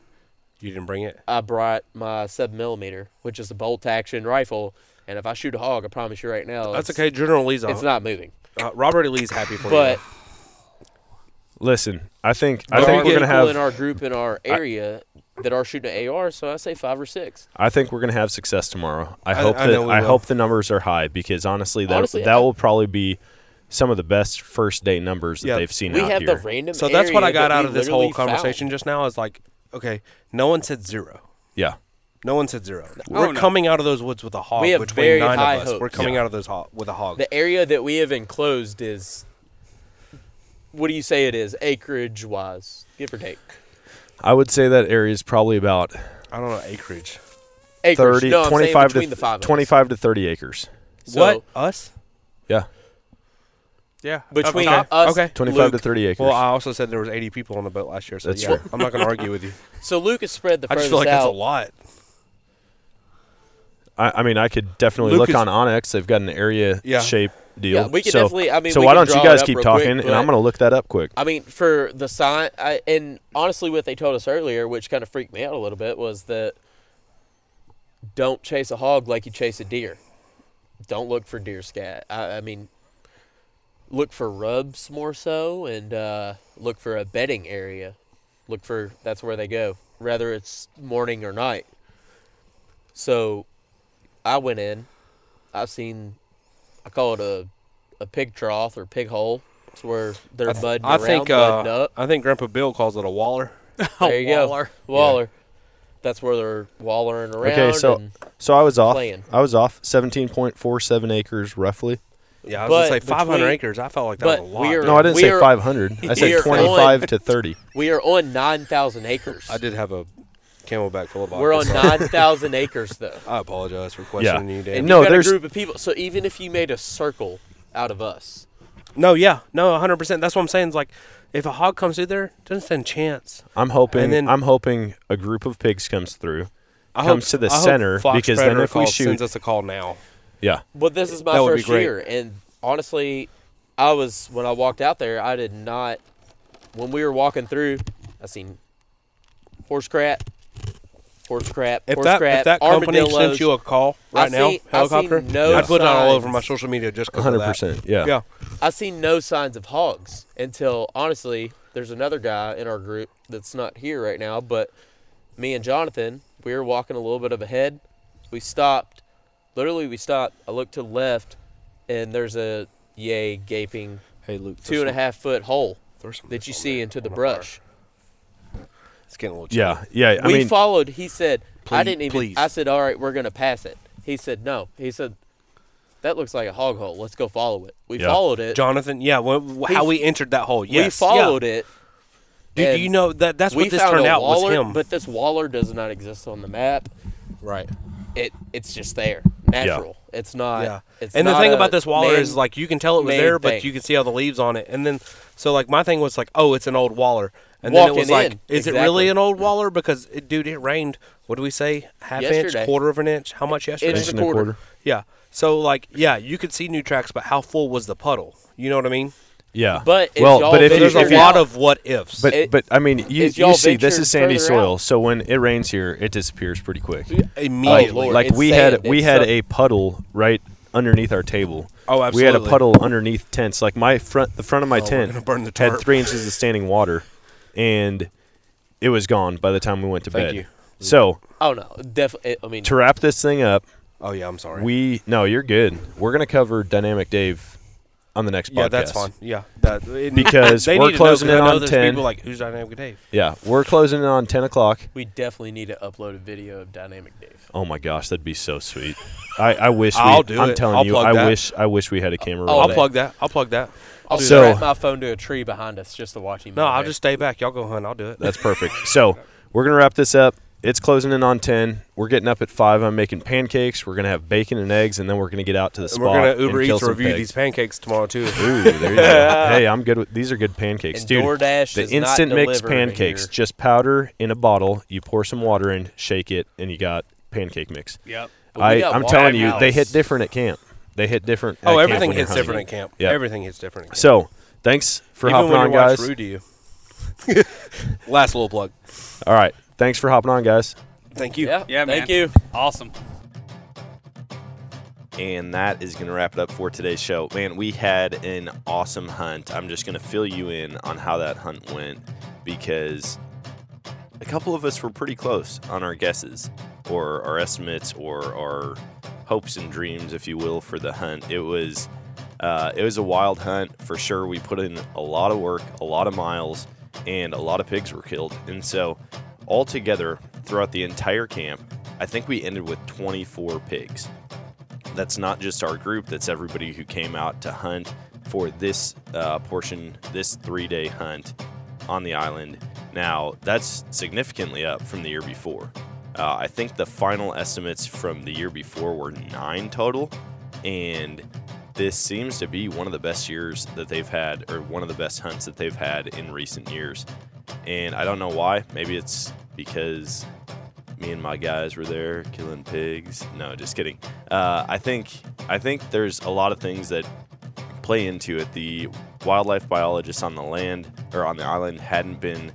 S8: you didn't bring it.
S7: I brought my seven millimeter, which is a bolt-action rifle, and if I shoot a hog, I promise you right now,
S8: That's
S7: it's-
S8: okay. General Lee's on.
S7: It's not moving.
S8: Uh, Robert E. Lee's happy for
S7: But
S8: you.
S9: Listen, I think
S7: There
S9: I think
S7: are
S9: we're gonna
S7: people
S9: have
S7: in our group in our area that are shooting an AR, so I say five or six.
S9: I think we're gonna have success tomorrow. I,
S8: I-
S9: hope
S8: I
S9: that
S8: know we
S9: I
S8: will.
S9: hope the numbers are high because honestly, that
S7: Honestly,
S9: that
S7: I-
S9: will probably be some of the best first day numbers that
S8: Yeah.
S9: they've seen
S7: we
S9: out
S7: have the
S9: here.
S7: random.
S8: So that's what
S7: area
S8: I got
S7: that
S8: out
S7: we
S8: of this
S7: literally
S8: whole conversation
S7: found.
S8: just now is like, okay, no one said zero.
S9: yeah,
S8: No one said zero.
S6: no.
S8: We're coming out of those woods with a hog.
S7: Oh, We have
S8: between
S7: very
S8: nine
S7: high
S8: of us. We're
S7: hopes.
S8: coming out of those hog with a hog.
S7: The area that we have enclosed is, what do you say it is, acreage wise, give or take?
S9: I would say that area is probably about
S8: I don't know acreage.
S7: Acreage.
S9: 30,
S7: no, I'm saying
S9: 25 to
S7: between the five of us.
S9: 25 to 30 acres.
S7: So,
S8: us?
S9: Yeah,
S6: Yeah.
S7: Between
S6: Up top.
S7: us,
S8: Okay.
S9: 25 to
S7: Luke-
S9: 30 acres.
S8: Well, I also said there was 80 people on the boat last year, so
S9: That's
S8: yeah,
S9: true.
S8: I'm not going to argue with you.
S7: So Luke is spread the
S8: I
S7: furthest
S8: just feel like
S7: out.
S8: that's a lot.
S9: I, I mean, I could definitely
S8: Luke
S9: look
S8: is-
S9: on Onyx. They've got an area
S8: Yeah.
S9: shape deal.
S7: Yeah, we could
S9: so,
S7: definitely- I mean,
S9: so
S7: we
S9: why
S7: can
S9: don't you
S7: draw it
S9: guys
S7: up
S9: keep
S7: real quick,
S9: talking, and I'm
S7: but-
S9: gonna look that up quick.
S7: I mean, for the sign, I, and honestly, what they told us earlier, which kind of freaked me out a little bit, was that don't chase a hog like you chase a deer. Don't look for deer scat. I, I mean, look for rubs more so, and uh, look for a bedding area. Look for that's where they go, whether it's morning or night. So, I went in. I've seen, I call it a, a pig trough or pig hole. It's where they're mudding
S8: I
S7: around,
S8: think
S7: mudding
S8: uh,
S7: up.
S8: I think Grandpa Bill calls it a waller.
S7: There you
S6: Waller.
S7: go, Waller. That's where they're wallering around.
S9: Okay, so
S7: and-
S9: so I was off.
S7: playing.
S9: I was off 17.47 acres roughly.
S8: Yeah, I was
S7: But
S8: going to say 500
S7: between-
S8: acres. I felt like that
S7: but
S8: was a lot.
S7: we are-
S9: No, I didn't
S7: We
S9: say
S7: are-
S9: 500. I
S7: we
S9: said
S7: are
S9: 25
S7: on-
S9: to 30.
S7: we are on nine thousand acres.
S8: I did have a camelback full of vodka.
S7: We're on
S8: so
S7: nine thousand acres though.
S8: I apologize for questioning you, Dan.
S7: And
S9: No,
S7: you've got
S9: there's-
S7: a group of people. So even if you made a circle out of us,
S8: No, yeah, no, hundred percent. That's what I'm saying. Is like, if a hog comes through there, doesn't stand a chance.
S9: I'm hoping.
S8: And then-
S9: I'm hoping a group of pigs comes through.
S8: I
S9: Comes to the
S8: I hope
S9: center,
S8: Fox
S9: because then
S8: Predator
S9: if we
S8: calls- sends
S9: shoot-
S8: us a call now.
S9: Yeah,
S7: but this is my
S8: That would be
S7: first
S8: great.
S7: year, and honestly, I was when I walked out there, I did not. When we were walking through, I seen horse crap, horse crap,
S8: If
S7: horse
S8: that
S7: crap,
S8: if that company
S7: armadillos.
S8: sends you a call
S7: I
S8: right now,
S7: see- I
S8: helicopter,
S7: see no
S8: I'd put it all
S7: signs.
S8: over my social media just 'cause of that.
S9: 100. percent Yeah.
S8: Yeah,
S7: I see no signs of hogs until honestly, there's another guy in our group that's not here right now, but me and Jonathan, we were walking a little bit of ahead. We stopped. Literally we stopped. I looked to the left and there's a yay gaping
S8: Hey Luke,
S7: two and a half foot hole
S8: there's some
S7: that
S8: of
S7: you
S8: this on
S7: see
S8: there,
S7: into
S8: on
S7: the
S8: my
S7: brush.
S8: fire. It's getting a little.
S9: Yeah. Yeah. I
S7: we
S9: mean,
S7: followed. He said,
S8: Please-
S7: I didn't even.
S8: please.
S7: I said, all right, we're going to pass it. He said, no. He said, that looks like a hog hole. Let's go follow it. We
S10: Yeah.
S7: followed it.
S8: Jonathan, yeah, wh- wh- how we entered that hole. Yes,
S7: we followed it.
S8: Dude, do
S7: and
S8: you know that that's
S7: we
S8: what this
S7: found
S8: turned
S7: a
S8: out was
S7: Waller,
S8: him.
S7: But this Waller does not exist on the map.
S8: right.
S7: It it's just there, natural. It's not.
S8: yeah.
S7: It's
S8: and the
S7: not
S8: thing
S7: a
S8: about this waller
S7: man-
S8: is like you can tell it was
S7: man
S8: there, but
S7: thing.
S8: you can see all the leaves on it. And then so like my thing was like, oh, it's an old waller. And then
S7: Walking
S8: it was like,
S7: in,
S8: is it really
S7: exactly.
S8: an old waller? Because it, dude, it rained. What do we say? Half
S7: Yesterday.
S8: inch, quarter of an inch. How much yesterday?
S7: Inch and a quarter.
S8: Yeah. So like, yeah, you could see new tracks, but how full was the puddle? You know what I mean?
S10: Yeah.
S7: But if
S10: well,
S7: y'all
S10: but if
S8: So
S7: figured
S10: you,
S7: figured
S8: there's a
S10: if you-
S7: it
S8: lot
S7: out-
S8: of what ifs.
S10: but
S7: It-
S10: but I mean, you,
S7: if y'all
S10: you see, this
S7: ventured
S10: is sandy
S7: further out-
S10: soil, so when it rains here, it disappears pretty quick.
S8: immediately.
S7: Lord.
S10: like
S7: it's
S10: we had
S7: sand.
S10: we
S7: It's
S10: had
S7: so-
S10: a puddle right underneath our table.
S8: Oh,
S10: We had a
S8: absolutely. Oh,
S10: puddle underneath tents. Like my front, the front of my
S8: we're
S10: tent
S8: gonna burn the
S10: had
S8: tarp.
S10: three inches of standing water, and it was gone by the time we went to
S8: Thank
S10: bed.
S8: you.
S10: So
S7: Oh no, definitely. I mean,
S10: to wrap this thing up,
S8: Oh yeah, I'm sorry.
S10: we no, you're good. We're gonna cover Dynamic Dave on the next podcast.
S8: yeah, Oh, that's fine. Yeah, that, it-
S10: Because
S8: they
S10: we're
S8: need to know, 'cause
S10: closing in
S8: I know
S10: on
S8: there's
S10: 10.
S8: People like who's dynamic Dave?
S10: Yeah, we're closing in on ten o'clock.
S7: we definitely need to upload a video of Dynamic Dave.
S10: Oh my gosh, that'd be so sweet. I, I wish
S8: I'll
S10: we,
S8: do
S10: I'm
S8: it.
S10: telling
S8: I'll
S10: you,
S8: plug
S10: I
S8: that.
S10: wish I wish we had a camera.
S7: I'll
S10: roll
S8: I'll
S7: Okay.
S10: there.
S8: plug that. I'll plug that.
S7: I'll
S10: So-
S7: strap my phone to a tree behind us just to watch him.
S8: No,
S7: move
S8: I'll
S7: it.
S8: just stay back. Y'all go hunt. I'll do it.
S10: That's perfect. So we're gonna wrap this up. It's closing in on ten. We're getting up at five. I'm making pancakes. We're gonna have bacon and eggs, and then we're gonna get out to the
S8: And
S10: spot.
S8: we're gonna
S10: and
S8: Uber
S10: kill
S8: Eats
S10: some
S8: review
S10: pigs.
S8: these pancakes tomorrow too.
S10: Ooh, there you go. hey, I'm good with these. Are good pancakes,
S7: And
S10: dude.
S7: DoorDash
S10: the
S7: does not
S10: instant mix
S7: deliver to
S10: pancakes,
S7: here.
S10: just powder in a bottle. You pour some water in, shake it, and you got pancake mix.
S8: Oh,
S6: Yep.
S7: But we
S10: I,
S7: got
S10: I'm telling you,
S7: Waterhouse.
S10: they hit different at camp. They hit different. at
S8: oh,
S10: camp
S8: everything
S10: when you're
S8: hits
S10: hunting.
S8: different at camp.
S10: Yeah.
S8: Everything hits different. At camp.
S10: So thanks for
S8: Even
S10: hopping
S8: when
S10: on,
S8: your wife's
S10: guys.
S8: rude to you. Last little plug.
S10: All right, thanks for hopping on, guys.
S8: Thank you.
S7: Yeah,
S6: Yeah,
S7: Thank
S6: man.
S7: you.
S6: Awesome.
S9: And that is going to wrap it up for today's show. Man, we had an awesome hunt. I'm just going to fill you in on how that hunt went because a couple of us were pretty close on our guesses or our estimates or our hopes and dreams, if you will, for the hunt. It was uh, it was a wild hunt for sure. We put in a lot of work, a lot of miles, and a lot of pigs were killed. And so, altogether, throughout the entire camp, I think we ended with 24 pigs that's not just our group that's everybody who came out to hunt for this uh, portion this three day hunt on the island now that's significantly up from the year before uh, i think the final estimates from the year before were nine total and this seems to be one of the best years that they've had or one of the best hunts that they've had in recent years and i don't know why maybe it's because me and my guys were there killing pigs. No, just kidding. Uh, I think I think there's a lot of things that play into it. The wildlife biologists on the land or on the island hadn't been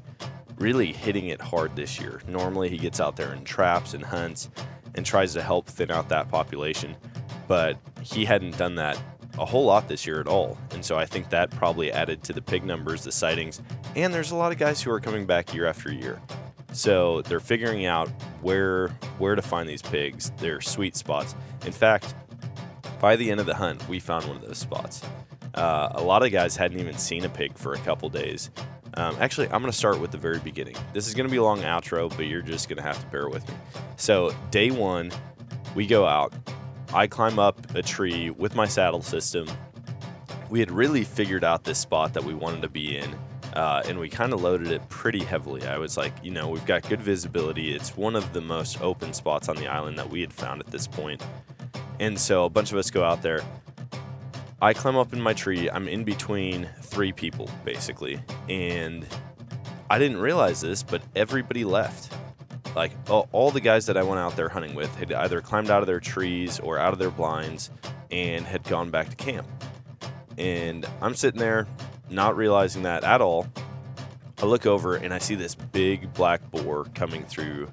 S9: really hitting it hard this year. Normally, he gets out there and traps and hunts and tries to help thin out that population, but he hadn't done that a whole lot this year at all. And so I think that probably added to the pig numbers, the sightings, and there's a lot of guys who are coming back year after year. So they're figuring out where where to find these pigs, their sweet spots. In fact, by the end of the hunt, we found one of those spots. Uh, a lot of guys hadn't even seen a pig for a couple days. Um, actually, I'm going to start with the very beginning. This is going to be a long outro, but you're just going to have to bear with me. So, day one, we go out. I climb up a tree with my saddle system. We had really figured out this spot that we wanted to be in, uh, and we kind of loaded it pretty heavily. I was like, you know, we've got good visibility. It's one of the most open spots on the island that we had found at this point. And so a bunch of us go out there. I climb up in my tree. I'm in between three people, basically. And I didn't realize this, but everybody left. Like all, all the guys that I went out there hunting with had either climbed out of their trees or out of their blinds and had gone back to camp. And I'm sitting there not realizing that at all. I look over and I see this big black boar coming through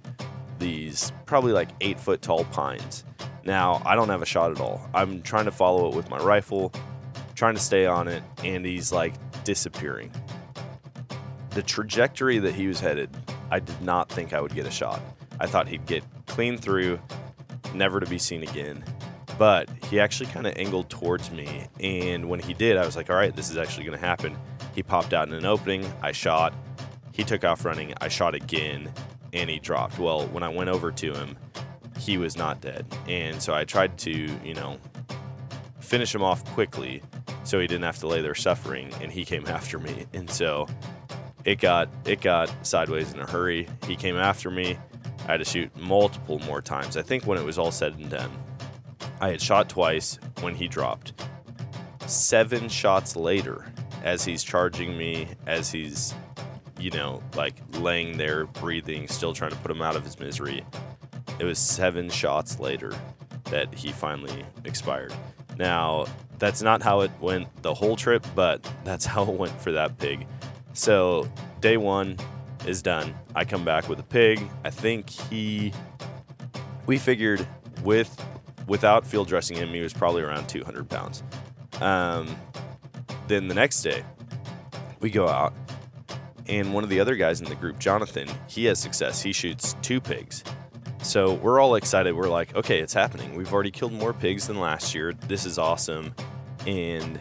S9: these probably like eight foot tall pines. Now, I don't have a shot at all. I'm trying to follow it with my rifle, trying to stay on it, and he's like disappearing. The trajectory that he was headed, I did not think I would get a shot. I thought he'd get clean through, never to be seen again. But he actually kind of angled towards me. And when he did, I was like, all right, this is actually going to happen. He popped out in an opening. I shot. He took off running. I shot again and he dropped. Well, when I went over to him, he was not dead. And so I tried to, you know, finish him off quickly so he didn't have to lay there suffering and he came after me and so it got it got sideways in a hurry he came after me i had to shoot multiple more times i think when it was all said and done i had shot twice when he dropped seven shots later as he's charging me as he's you know like laying there breathing still trying to put him out of his misery it was seven shots later that he finally expired. Now, that's not how it went the whole trip, but that's how it went for that pig. So, day one is done. I come back with a pig. I think he, we figured with, without field dressing him, he was probably around 200 pounds. Um, then the next day, we go out, and one of the other guys in the group, Jonathan, he has success. He shoots two pigs. So we're all excited. We're like, okay, it's happening. We've already killed more pigs than last year. This is awesome. And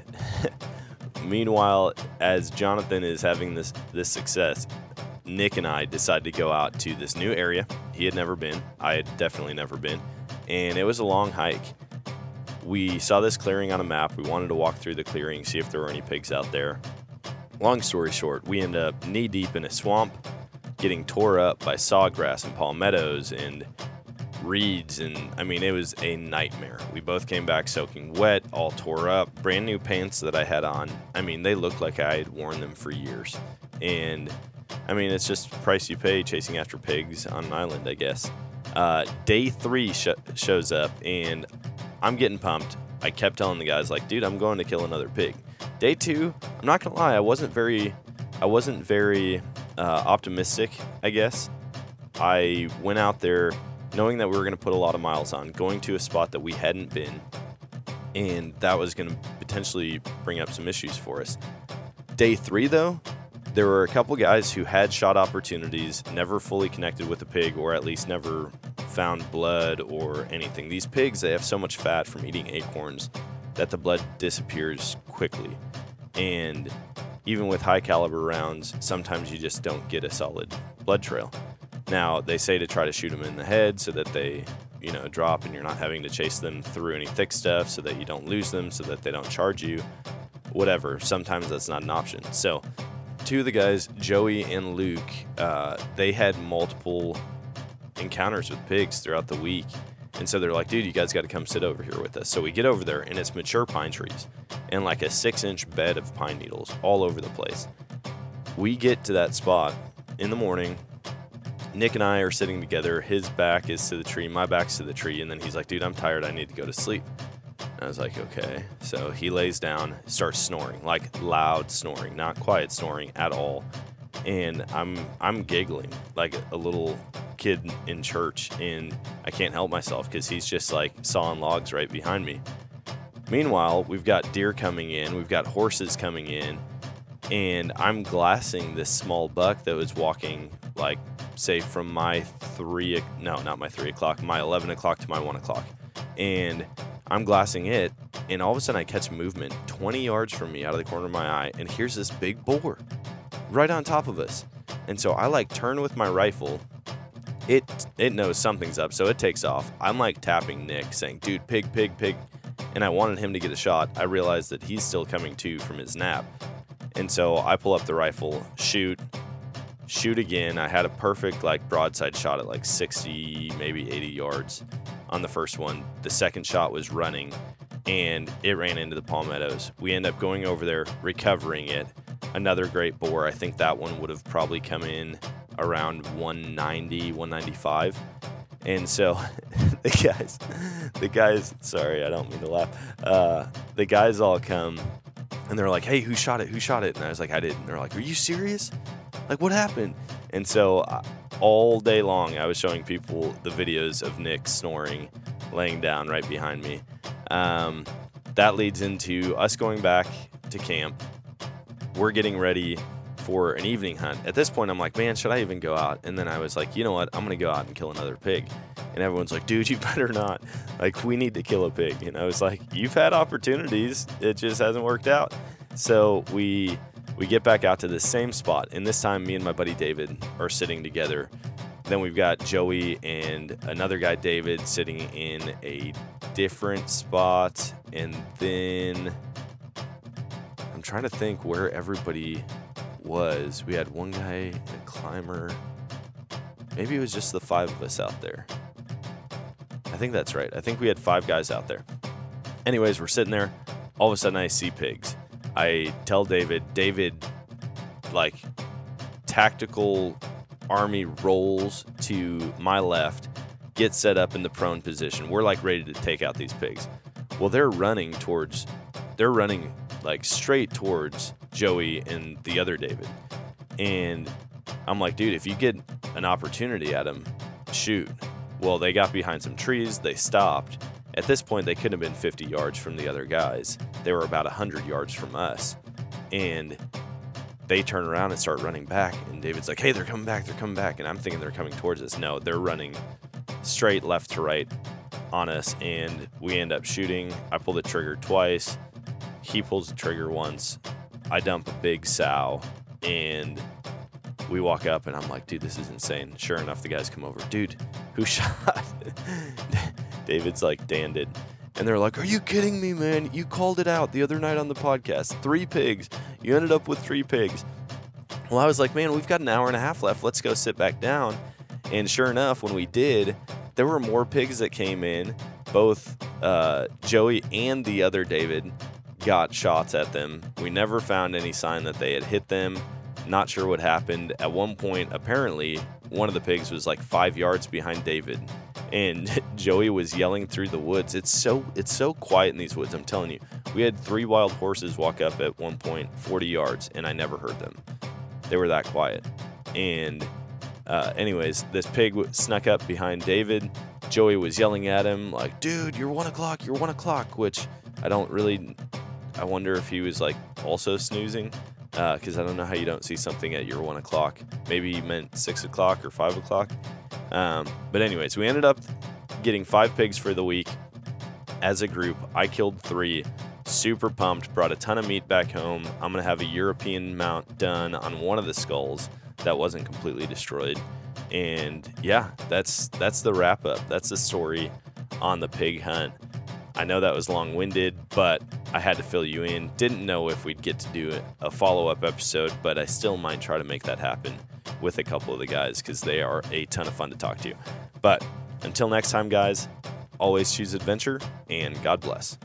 S9: meanwhile, as Jonathan is having this this success, Nick and I decide to go out to this new area. He had never been. I had definitely never been. And it was a long hike. We saw this clearing on a map. We wanted to walk through the clearing, see if there were any pigs out there. Long story short, we end up knee deep in a swamp getting tore up by sawgrass and palmettos and reeds and I mean it was a nightmare. We both came back soaking wet, all tore up, brand new pants that I had on. I mean they looked like I had worn them for years. And I mean it's just the price you pay chasing after pigs on an island, I guess. Uh, day three sh- shows up and I'm getting pumped. I kept telling the guys like, dude, I'm going to kill another pig. Day two, I'm not gonna lie, I wasn't very, I wasn't very uh, optimistic, I guess. I went out there knowing that we were going to put a lot of miles on, going to a spot that we hadn't been, and that was going to potentially bring up some issues for us. Day three, though, there were a couple guys who had shot opportunities, never fully connected with a pig, or at least never found blood or anything. These pigs, they have so much fat from eating acorns that the blood disappears quickly. And even with high caliber rounds, sometimes you just don't get a solid blood trail. Now, they say to try to shoot them in the head so that they, you know, drop and you're not having to chase them through any thick stuff so that you don't lose them, so that they don't charge you, whatever. Sometimes that's not an option. So, two of the guys, Joey and Luke, uh, they had multiple encounters with pigs throughout the week. And so they're like, dude, you guys got to come sit over here with us. So we get over there, and it's mature pine trees and like a six inch bed of pine needles all over the place. We get to that spot in the morning. Nick and I are sitting together. His back is to the tree, my back's to the tree. And then he's like, dude, I'm tired. I need to go to sleep. And I was like, okay. So he lays down, starts snoring, like loud snoring, not quiet snoring at all. And I'm I'm giggling like a little kid in church, and I can't help myself because he's just like sawing logs right behind me. Meanwhile, we've got deer coming in, we've got horses coming in, and I'm glassing this small buck that was walking, like, say, from my three, o- no, not my three o'clock, my 11 o'clock to my one o'clock. And I'm glassing it, and all of a sudden I catch movement 20 yards from me out of the corner of my eye, and here's this big boar right on top of us. And so I like turn with my rifle. It it knows something's up, so it takes off. I'm like tapping Nick, saying, "Dude, pig, pig, pig," and I wanted him to get a shot. I realized that he's still coming to from his nap, and so I pull up the rifle, shoot, shoot again. I had a perfect like broadside shot at like 60, maybe 80 yards on the first one. The second shot was running, and it ran into the palmettos. We end up going over there, recovering it. Another great boar. I think that one would have probably come in around 190, 195. And so the guys, the guys, sorry, I don't mean to laugh. Uh, the guys all come and they're like, hey, who shot it? Who shot it? And I was like, I did. And they're like, are you serious? Like, what happened? And so I, all day long, I was showing people the videos of Nick snoring, laying down right behind me. Um, that leads into us going back to camp. We're getting ready for an evening hunt. At this point, I'm like, man, should I even go out? And then I was like, you know what? I'm going to go out and kill another pig. And everyone's like, dude, you better not. Like, we need to kill a pig. And I was like, you've had opportunities, it just hasn't worked out. So we we get back out to the same spot, and this time me and my buddy David are sitting together. Then we've got Joey and another guy, David, sitting in a different spot. and then I'm trying to think where everybody was. We had one guy, a climber. Maybe it was just the five of us out there. I think that's right. I think we had five guys out there. Anyways, we're sitting there. All of a sudden, I see pigs. I tell David, David, like, tactical army rolls to my left, gets set up in the prone position. We're like ready to take out these pigs. Well, they're running towards, they're running like straight towards Joey and the other David. And I'm like, dude, if you get an opportunity at him, shoot. Well, they got behind some trees, they stopped. At this point, they couldn't have been 50 yards from the other guys. They were about 100 yards from us. And they turn around and start running back. And David's like, hey, they're coming back, they're coming back. And I'm thinking they're coming towards us. No, they're running straight left to right on us. And we end up shooting. I pull the trigger twice. He pulls the trigger once. I dump a big sow. And we walk up, and I'm like, dude, this is insane. Sure enough, the guys come over. Dude, who shot? David's like, Dan did. And they're like, Are you kidding me, man? You called it out the other night on the podcast. Three pigs. You ended up with three pigs. Well, I was like, Man, we've got an hour and a half left. Let's go sit back down. And sure enough, when we did, there were more pigs that came in. Both uh, Joey and the other David got shots at them. We never found any sign that they had hit them. Not sure what happened. At one point, apparently, one of the pigs was like five yards behind David, and Joey was yelling through the woods. It's so it's so quiet in these woods. I'm telling you, we had three wild horses walk up at one point, 40 yards, and I never heard them. They were that quiet. And uh, anyways, this pig w- snuck up behind David. Joey was yelling at him like, "Dude, you're one o'clock. You're one o'clock," which I don't really. I wonder if he was like also snoozing because I don't know how you don't see something at your one o'clock. Maybe you meant six o'clock or five o'clock. Um, but anyways, we ended up getting five pigs for the week as a group. I killed three. Super pumped. Brought a ton of meat back home. I'm gonna have a European mount done on one of the skulls that wasn't completely destroyed. And yeah, that's that's the wrap up. That's the story on the pig hunt. I know that was long winded, but I had to fill you in. Didn't know if we'd get to do a follow up episode, but I still might try to make that happen with a couple of the guys because they are a ton of fun to talk to. But until next time, guys, always choose adventure and God bless.